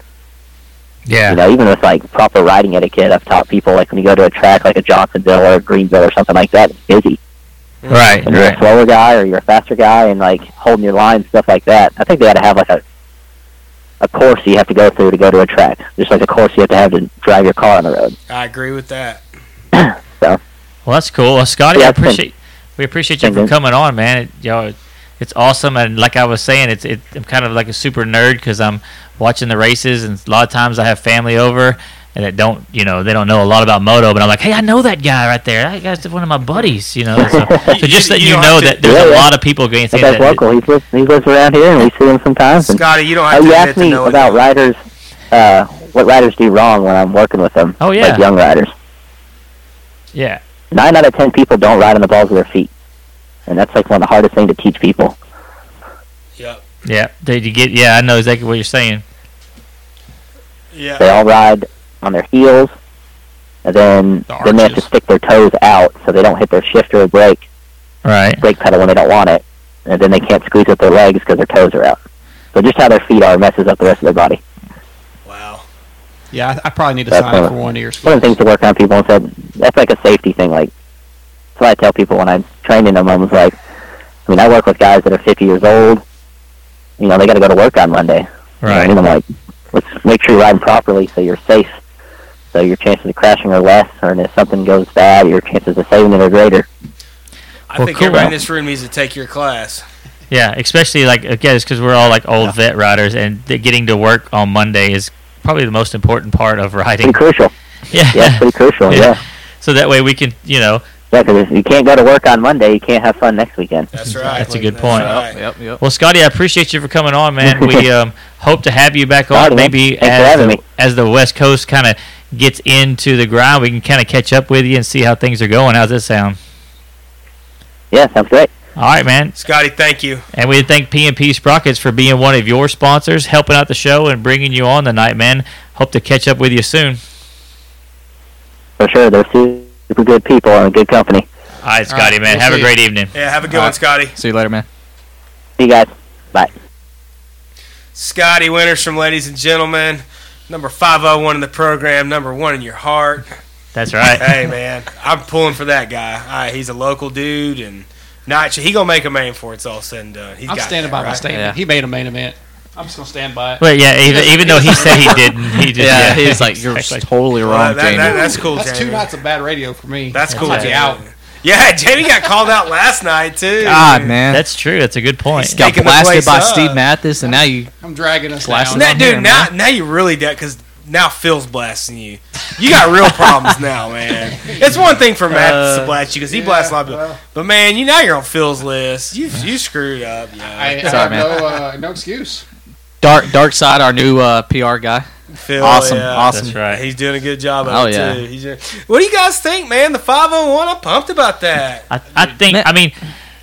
[SPEAKER 3] yeah.
[SPEAKER 5] you know, even with like proper riding etiquette, I've taught people like when you go to a track like a Johnsonville or a Greenville or something like that, it's busy.
[SPEAKER 3] Right.
[SPEAKER 5] And you're a
[SPEAKER 3] Right.
[SPEAKER 5] slower guy or you're a faster guy and like holding your line, stuff like that. I think they ought to have like a a course you have to go through to go to a track, just like a course you have to have to drive your car on the road.
[SPEAKER 1] I agree with that.
[SPEAKER 3] Well, that's cool. Well, Scotty, I
[SPEAKER 5] Yeah, it's been-
[SPEAKER 3] appreciate we appreciate you
[SPEAKER 5] been
[SPEAKER 3] for
[SPEAKER 5] good.
[SPEAKER 3] coming on, man. It, y'all, it- it's awesome, and like I was saying, it's it, I'm kind of like a super nerd because I'm watching the races, and a lot of times I have family over and that don't you know they don't know a lot about moto, but I'm like, hey, I know that guy right there. That guy's one of my buddies, you know. So, so
[SPEAKER 1] You-
[SPEAKER 3] just that
[SPEAKER 1] you
[SPEAKER 3] you
[SPEAKER 1] don't
[SPEAKER 3] know
[SPEAKER 1] have to-
[SPEAKER 3] that there's a
[SPEAKER 5] Yeah, yeah.
[SPEAKER 3] lot of people going to
[SPEAKER 5] That
[SPEAKER 3] say
[SPEAKER 5] guy's
[SPEAKER 3] that.
[SPEAKER 5] local. He's lives, he lives around here and we see him sometimes. And
[SPEAKER 1] Scotty, you don't have
[SPEAKER 5] oh,
[SPEAKER 1] to
[SPEAKER 5] you
[SPEAKER 1] admit
[SPEAKER 5] asked
[SPEAKER 1] to
[SPEAKER 5] me
[SPEAKER 1] knowing
[SPEAKER 5] about
[SPEAKER 1] that.
[SPEAKER 5] riders. uh, what riders do wrong when I'm working with them.
[SPEAKER 3] Oh, yeah.
[SPEAKER 5] like young riders.
[SPEAKER 3] Yeah.
[SPEAKER 5] Nine out of ten people don't ride on the balls of their feet, and that's like one of the hardest things to teach people.
[SPEAKER 1] Yep.
[SPEAKER 3] Yeah. Did you get? Yeah, I know exactly what you're saying.
[SPEAKER 1] Yeah.
[SPEAKER 5] They all ride on their heels, and then
[SPEAKER 4] The
[SPEAKER 5] then they have to
[SPEAKER 4] arches.
[SPEAKER 5] stick their toes out so they don't hit their shifter or brake
[SPEAKER 3] Right.
[SPEAKER 5] brake pedal when they don't want it, and then they can't squeeze with their legs because their toes are out. So just how their feet are messes up the rest of their body.
[SPEAKER 1] Wow.
[SPEAKER 4] Yeah, I, I probably need to
[SPEAKER 5] That's
[SPEAKER 4] sign up
[SPEAKER 5] one
[SPEAKER 4] for
[SPEAKER 5] of-
[SPEAKER 4] one of your
[SPEAKER 5] one of the
[SPEAKER 4] schools.
[SPEAKER 5] things to work on people and said that's like a safety thing like that's what i tell people when i'm training them i was like i mean i work with guys that are 50 years old you know they got to go to work on monday
[SPEAKER 3] Right.
[SPEAKER 5] and i'm like let's make sure you're riding properly so you're safe so your chances of crashing are less or if something goes bad your chances of saving it are greater
[SPEAKER 1] I
[SPEAKER 3] Well,
[SPEAKER 1] think
[SPEAKER 3] cool.
[SPEAKER 1] everybody in this room needs to take your class.
[SPEAKER 3] Yeah, especially like again, it's because we're all like old vet riders, and th- getting to work on Monday is probably the most important part of riding.
[SPEAKER 5] pretty crucial
[SPEAKER 3] Yeah.
[SPEAKER 5] yeah it's pretty crucial
[SPEAKER 3] Yeah.
[SPEAKER 5] yeah
[SPEAKER 3] so that way we can, you know,
[SPEAKER 5] yeah because if you can't go to work on monday you can't have fun next weekend
[SPEAKER 1] That's right.
[SPEAKER 3] That's a good point.
[SPEAKER 1] right.
[SPEAKER 2] Yep, yep.
[SPEAKER 3] well, Scotty, I appreciate you for coming on, man. We um, hope to have you back on,
[SPEAKER 5] Alrighty, man.
[SPEAKER 3] maybe
[SPEAKER 5] Thanks for
[SPEAKER 3] as
[SPEAKER 5] having
[SPEAKER 3] the,
[SPEAKER 5] me.
[SPEAKER 3] as the West Coast kind of gets into the grind, we can kind of catch up with you and see how things are going. How's that sound?
[SPEAKER 5] yeah sounds great
[SPEAKER 3] All right, man.
[SPEAKER 1] Scotty, thank you.
[SPEAKER 3] And we thank P&P Sprockets for being one of your sponsors, helping out the show, and bringing you on tonight, man. Hope to catch up with you soon.
[SPEAKER 5] for sure they're super good people and a good company
[SPEAKER 3] All right, Scotty,
[SPEAKER 4] right,
[SPEAKER 3] man.
[SPEAKER 4] we'll
[SPEAKER 3] have a
[SPEAKER 4] see.
[SPEAKER 3] great evening.
[SPEAKER 1] Yeah, have a good
[SPEAKER 2] All
[SPEAKER 1] one,
[SPEAKER 2] right.
[SPEAKER 1] Scotty.
[SPEAKER 2] See you later, man.
[SPEAKER 5] see you guys bye
[SPEAKER 1] Scotty Winters from Ladies and Gentlemen, number 501 in the program, number one in your heart.
[SPEAKER 3] That's right.
[SPEAKER 1] hey, man, I'm pulling for that guy. I, he's a local dude, and not, he going to make a main for it. It's all said and done. He's
[SPEAKER 4] I'm
[SPEAKER 1] got
[SPEAKER 4] standing
[SPEAKER 1] that,
[SPEAKER 4] by my
[SPEAKER 1] right?
[SPEAKER 4] statement.
[SPEAKER 2] Yeah.
[SPEAKER 4] He made a main event. I'm just gonna stand by it.
[SPEAKER 3] But yeah, even, even though he said he didn't, he just
[SPEAKER 2] Yeah, he's like, you're
[SPEAKER 3] exactly.
[SPEAKER 2] totally
[SPEAKER 1] Uh,
[SPEAKER 2] wrong,
[SPEAKER 1] that- that-
[SPEAKER 2] Jamie.
[SPEAKER 1] that's cool,
[SPEAKER 4] That's
[SPEAKER 1] Jamie.
[SPEAKER 4] two nights of bad radio for me.
[SPEAKER 1] That's cool,
[SPEAKER 3] right.
[SPEAKER 1] Jamie.
[SPEAKER 4] Out.
[SPEAKER 1] Yeah, Jamie got called out last night, too.
[SPEAKER 2] God, man.
[SPEAKER 3] That's true. That's a good point.
[SPEAKER 2] got
[SPEAKER 1] taking the
[SPEAKER 2] blasted
[SPEAKER 1] place
[SPEAKER 2] by
[SPEAKER 1] up.
[SPEAKER 2] Steve Mathis, and now you
[SPEAKER 4] I'm dragging us
[SPEAKER 2] Slice
[SPEAKER 4] down.
[SPEAKER 1] Now,
[SPEAKER 2] it
[SPEAKER 1] dude,
[SPEAKER 2] here,
[SPEAKER 1] now now you really dead because now Phil's blasting you. You got real problems now, man. It's one thing for Matt to
[SPEAKER 2] Uh,
[SPEAKER 1] blast you because he
[SPEAKER 4] yeah,
[SPEAKER 1] blasts a lot of people,
[SPEAKER 4] well.
[SPEAKER 1] but man, you now you're on Phil's list. You you screwed up.
[SPEAKER 4] I, I
[SPEAKER 1] Yeah,
[SPEAKER 2] Sorry,
[SPEAKER 4] have
[SPEAKER 2] man.
[SPEAKER 4] no uh, no excuse.
[SPEAKER 2] dark dark side, our new uh, PR guy.
[SPEAKER 1] Phil,
[SPEAKER 2] awesome,
[SPEAKER 1] yeah.
[SPEAKER 2] awesome.
[SPEAKER 3] That's right.
[SPEAKER 1] He's doing a good job. Of
[SPEAKER 2] Oh,
[SPEAKER 1] it,
[SPEAKER 2] yeah.
[SPEAKER 1] too. He's doing- what do you guys think, man? The 501. I'm pumped about that.
[SPEAKER 3] I, I think. I mean,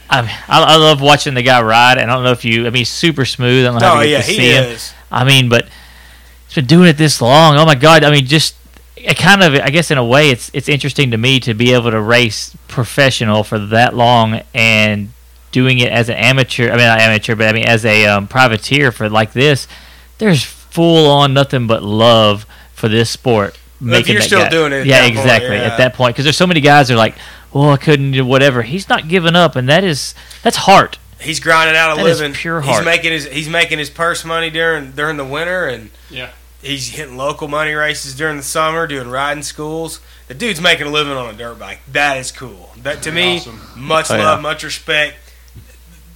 [SPEAKER 3] I, I I love watching the guy ride, and I don't know if you. I mean, he's super smooth. I don't know how
[SPEAKER 1] oh
[SPEAKER 3] you
[SPEAKER 1] yeah,
[SPEAKER 3] get to see
[SPEAKER 1] he
[SPEAKER 3] him.
[SPEAKER 1] is.
[SPEAKER 3] I mean, but he's been doing it this long. Oh my god! I mean, just it kind of. I guess in a way, it's it's interesting to me to be able to race professional for that long and doing it as an amateur. I mean, not amateur, but I mean as a um, privateer for like this. There's full on nothing but love for this sport.
[SPEAKER 1] Well, if
[SPEAKER 3] making
[SPEAKER 1] you're
[SPEAKER 3] that
[SPEAKER 1] still
[SPEAKER 3] guy-
[SPEAKER 1] doing it at
[SPEAKER 3] yeah,
[SPEAKER 1] that point,
[SPEAKER 3] exactly.
[SPEAKER 1] yeah.
[SPEAKER 3] At that point, because there's so many guys that are like, "Well, I couldn't do whatever." He's not giving up, and that is that's heart.
[SPEAKER 1] He's grinding out a
[SPEAKER 3] That is
[SPEAKER 1] living.
[SPEAKER 3] pure
[SPEAKER 1] He's
[SPEAKER 3] heart.
[SPEAKER 1] making his he's making his purse money during during the winter and
[SPEAKER 4] Yeah.
[SPEAKER 1] He's hitting local money races during the summer, doing riding schools. The dude's making a living on a dirt bike. That is cool. That to me,
[SPEAKER 4] Awesome.
[SPEAKER 1] much
[SPEAKER 2] Oh, yeah.
[SPEAKER 1] love, much respect.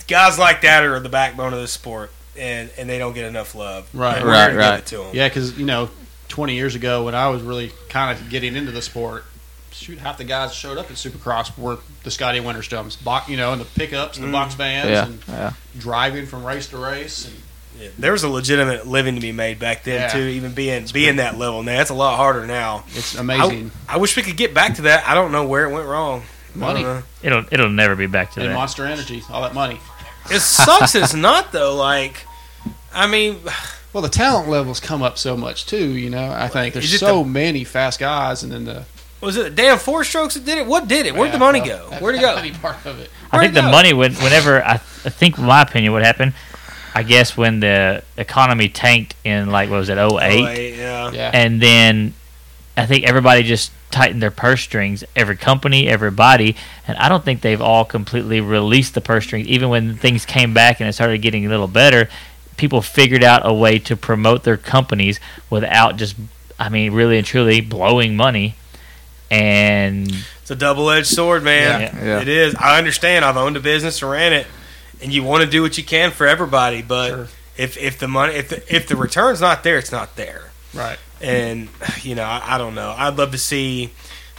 [SPEAKER 1] Guys like that are the backbone of this sport, and and they don't get enough love.
[SPEAKER 4] Right.
[SPEAKER 1] And we're gonna
[SPEAKER 2] Right, right.
[SPEAKER 1] Give it to 'em.
[SPEAKER 4] Yeah, because you know, 20 years ago when I was really kind of getting into the sport, shoot, half the guys that showed up at Supercross were the Scotty Winters dumps, bo- you know, and the pickups,
[SPEAKER 1] Mm,
[SPEAKER 4] the box vans,
[SPEAKER 2] Yeah,
[SPEAKER 4] and
[SPEAKER 2] yeah.
[SPEAKER 4] driving from race to race. And
[SPEAKER 1] Yeah. There was a legitimate living to be made back then
[SPEAKER 4] Yeah.
[SPEAKER 1] too. Even being being that level now, that's a lot harder now.
[SPEAKER 4] it's amazing.
[SPEAKER 1] I wish we could get back to that. I don't know where it went wrong. I don't
[SPEAKER 4] Money.
[SPEAKER 1] know.
[SPEAKER 3] It'll it'll never be back to
[SPEAKER 4] and
[SPEAKER 3] that.
[SPEAKER 4] Monster Energy, all that money.
[SPEAKER 1] It sucks. it's not though. Like, I mean,
[SPEAKER 4] Well, the talent levels come up so much too. You know, I think
[SPEAKER 1] Is
[SPEAKER 4] there's
[SPEAKER 1] it
[SPEAKER 4] so many fast guys, and then the
[SPEAKER 1] was it the damn four strokes that did it? What did it? Where'd the money go? Where'd it go?
[SPEAKER 4] Any part of it?
[SPEAKER 3] I think the
[SPEAKER 1] Where'd it go?
[SPEAKER 3] money would whenever I, I think my opinion would happen. I guess when the economy tanked in like what was it 08
[SPEAKER 1] Like, Oh, yeah.
[SPEAKER 4] Yeah,
[SPEAKER 3] and then I think everybody just tightened their purse strings. Every company, everybody, and I don't think they've all completely released the purse strings. Even when things came back and it started getting a little better, people figured out a way to promote their companies without just, I mean, really and truly blowing money. And
[SPEAKER 1] It's a double edged sword, man.
[SPEAKER 3] Yeah.
[SPEAKER 2] Yeah.
[SPEAKER 1] It is. I understand. I've owned a business and ran it, and you want to do what you can for everybody, but
[SPEAKER 4] Sure.
[SPEAKER 1] if if the money if the, if the return's not there, it's not there.
[SPEAKER 4] right.
[SPEAKER 1] And you know, I, I don't know. I'd love to see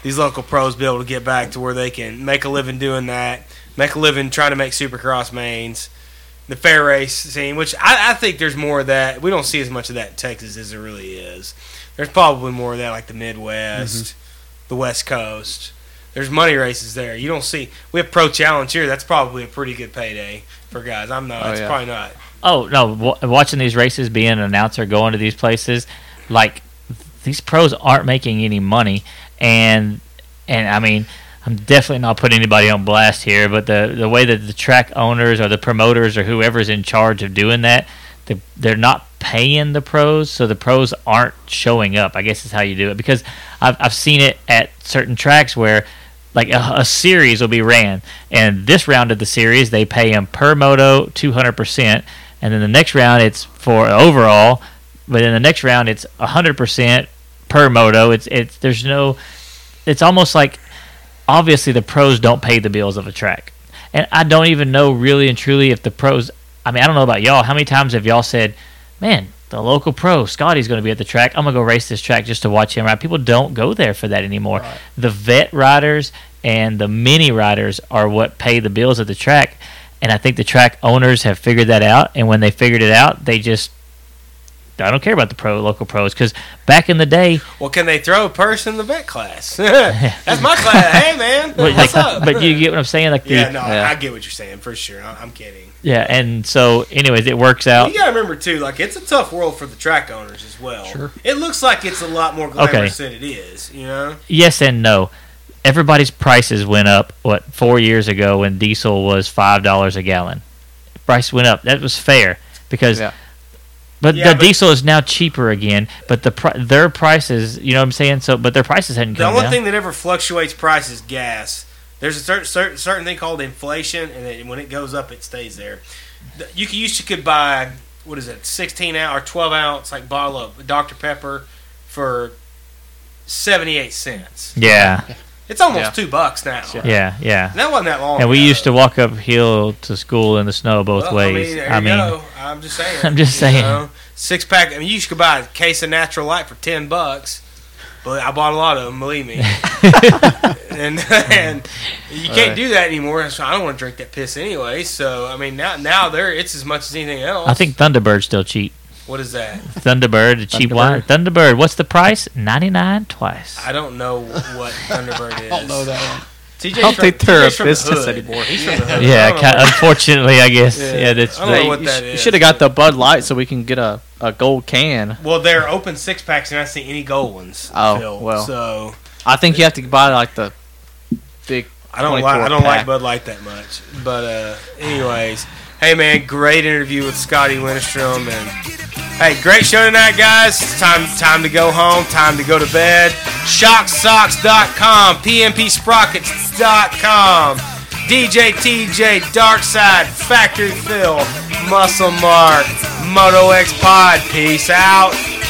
[SPEAKER 1] these local pros be able to get back to where they can make a living doing that, make a living trying to make Supercross mains. the fair race scene, which I, I think there's more of that. We don't see as much of that in Texas as there really is. There's probably more of that like the Midwest,
[SPEAKER 2] Mm-hmm.
[SPEAKER 1] the West Coast. There's money races there. You don't see. We have pro challenge here. That's probably a pretty good payday for guys. I'm not.
[SPEAKER 2] Oh,
[SPEAKER 1] it's
[SPEAKER 2] yeah.
[SPEAKER 1] probably not.
[SPEAKER 3] Oh no! W- watching these races, being an announcer, going to these places, like these pros aren't making any money, and and I mean, I'm definitely not putting anybody on blast here, but the the way that the track owners or the promoters or whoever's in charge of doing that, they, they're not paying the pros, so the pros aren't showing up. I guess is how you do it because I've I've seen it at certain tracks where like a, a series will be ran, and this round of the series they pay him per moto two hundred percent, and then the next round it's for overall, but in the next round it's hundred percent per moto. It's it's there's no, it's almost like obviously the pros don't pay the bills of a track, and I don't even know really and truly if the pros. I mean I don't know about y'all. How many times have y'all said, man? The local pro, Scotty's going to be at the track. I'm going to go race this track just to watch him ride. People don't go there for that anymore the vet riders and the mini riders are what pay the bills at the track and i think the track owners have figured that out and when they figured it out they just i don't care about the pro local pros because back in the day
[SPEAKER 1] Well, can they throw a purse in the vet class? That's my class. Hey man,
[SPEAKER 3] but,
[SPEAKER 1] what's
[SPEAKER 3] like-
[SPEAKER 1] up?
[SPEAKER 3] but you get what i'm saying like the,
[SPEAKER 1] yeah,
[SPEAKER 3] yeah,
[SPEAKER 1] no,
[SPEAKER 2] Yeah.
[SPEAKER 1] I get what you're saying for sure. I- I'm kidding.
[SPEAKER 3] and so anyways it works out
[SPEAKER 1] You gotta remember too, like it's a tough world for the track owners as well.
[SPEAKER 4] Sure.
[SPEAKER 1] It looks like it's a lot more glamorous than
[SPEAKER 3] Okay.
[SPEAKER 1] it is, you know.
[SPEAKER 3] yes and no everybody's prices went up what four years ago when diesel was five dollars a gallon price went up that was fair because
[SPEAKER 2] Yeah.
[SPEAKER 3] But
[SPEAKER 1] Yeah,
[SPEAKER 3] the
[SPEAKER 1] but-
[SPEAKER 3] diesel is now cheaper again. But the pri- their prices, you know what I'm saying. So, but their prices hadn't
[SPEAKER 1] The
[SPEAKER 3] come
[SPEAKER 1] only
[SPEAKER 3] down.
[SPEAKER 1] thing that ever fluctuates price is gas. There's a certain certain, certain thing called inflation, and it, when it goes up, it stays there. The- You could used to could buy what is it, 16 ounce or 12 ounce like bottle of Dr Pepper for 78 cents.
[SPEAKER 3] yeah,
[SPEAKER 1] It's almost
[SPEAKER 2] Yeah.
[SPEAKER 1] two bucks now.
[SPEAKER 3] yeah, yeah.
[SPEAKER 1] And that wasn't that long.
[SPEAKER 3] And we
[SPEAKER 1] ago.
[SPEAKER 3] used to walk uphill to school in the snow both
[SPEAKER 1] Well,
[SPEAKER 3] ways.
[SPEAKER 1] I
[SPEAKER 3] I
[SPEAKER 1] mean, there
[SPEAKER 3] mean,
[SPEAKER 1] you go. I'm just saying.
[SPEAKER 3] I'm just
[SPEAKER 1] you
[SPEAKER 3] saying.
[SPEAKER 1] know. six pack. I mean, you could buy a case of Natural Light for ten bucks, but I bought a lot of them. Believe me. and and you can't
[SPEAKER 2] Right.
[SPEAKER 1] do that anymore. So I don't want to drink that piss anyway. So I mean, now now there it's as much as anything else.
[SPEAKER 3] I think Thunderbird's still cheap.
[SPEAKER 1] What is that?
[SPEAKER 3] Thunderbird, a cheap wine. Thunderbird. What's the price? Ninety nine twice.
[SPEAKER 1] I don't know what Thunderbird is.
[SPEAKER 4] I don't know that one.
[SPEAKER 1] TJ's
[SPEAKER 2] I don't
[SPEAKER 1] from-
[SPEAKER 2] think they're a
[SPEAKER 1] TJ's from the
[SPEAKER 2] business
[SPEAKER 1] hood.
[SPEAKER 2] anymore.
[SPEAKER 1] He's from the hood. I
[SPEAKER 3] yeah,
[SPEAKER 1] don't know
[SPEAKER 3] ca-
[SPEAKER 1] what-
[SPEAKER 3] unfortunately, I guess.
[SPEAKER 1] Yeah.
[SPEAKER 3] Yeah, that's.
[SPEAKER 1] I don't know
[SPEAKER 3] the-
[SPEAKER 1] what
[SPEAKER 2] you
[SPEAKER 1] that
[SPEAKER 2] sh- you
[SPEAKER 1] is.
[SPEAKER 2] should have got the Bud Light so we can get a, a gold can.
[SPEAKER 1] well, they're open six packs, and I see any gold ones.
[SPEAKER 2] Oh,
[SPEAKER 1] Phil.
[SPEAKER 2] well.
[SPEAKER 1] so
[SPEAKER 2] I think you have to buy like the big.
[SPEAKER 1] I don't like I
[SPEAKER 2] 24
[SPEAKER 1] don't like
[SPEAKER 2] pack.
[SPEAKER 1] Bud Light that much. But uh, anyways, hey man, great interview with Scotty Lindstrom and hey, great show tonight, guys. It's time time to go home. Time to go to bed. Shocksocks.com, PMPsprockets.com, DJ TJ, Darkside, Factory Phil, Muscle Mark, Moto X Pod. Peace out.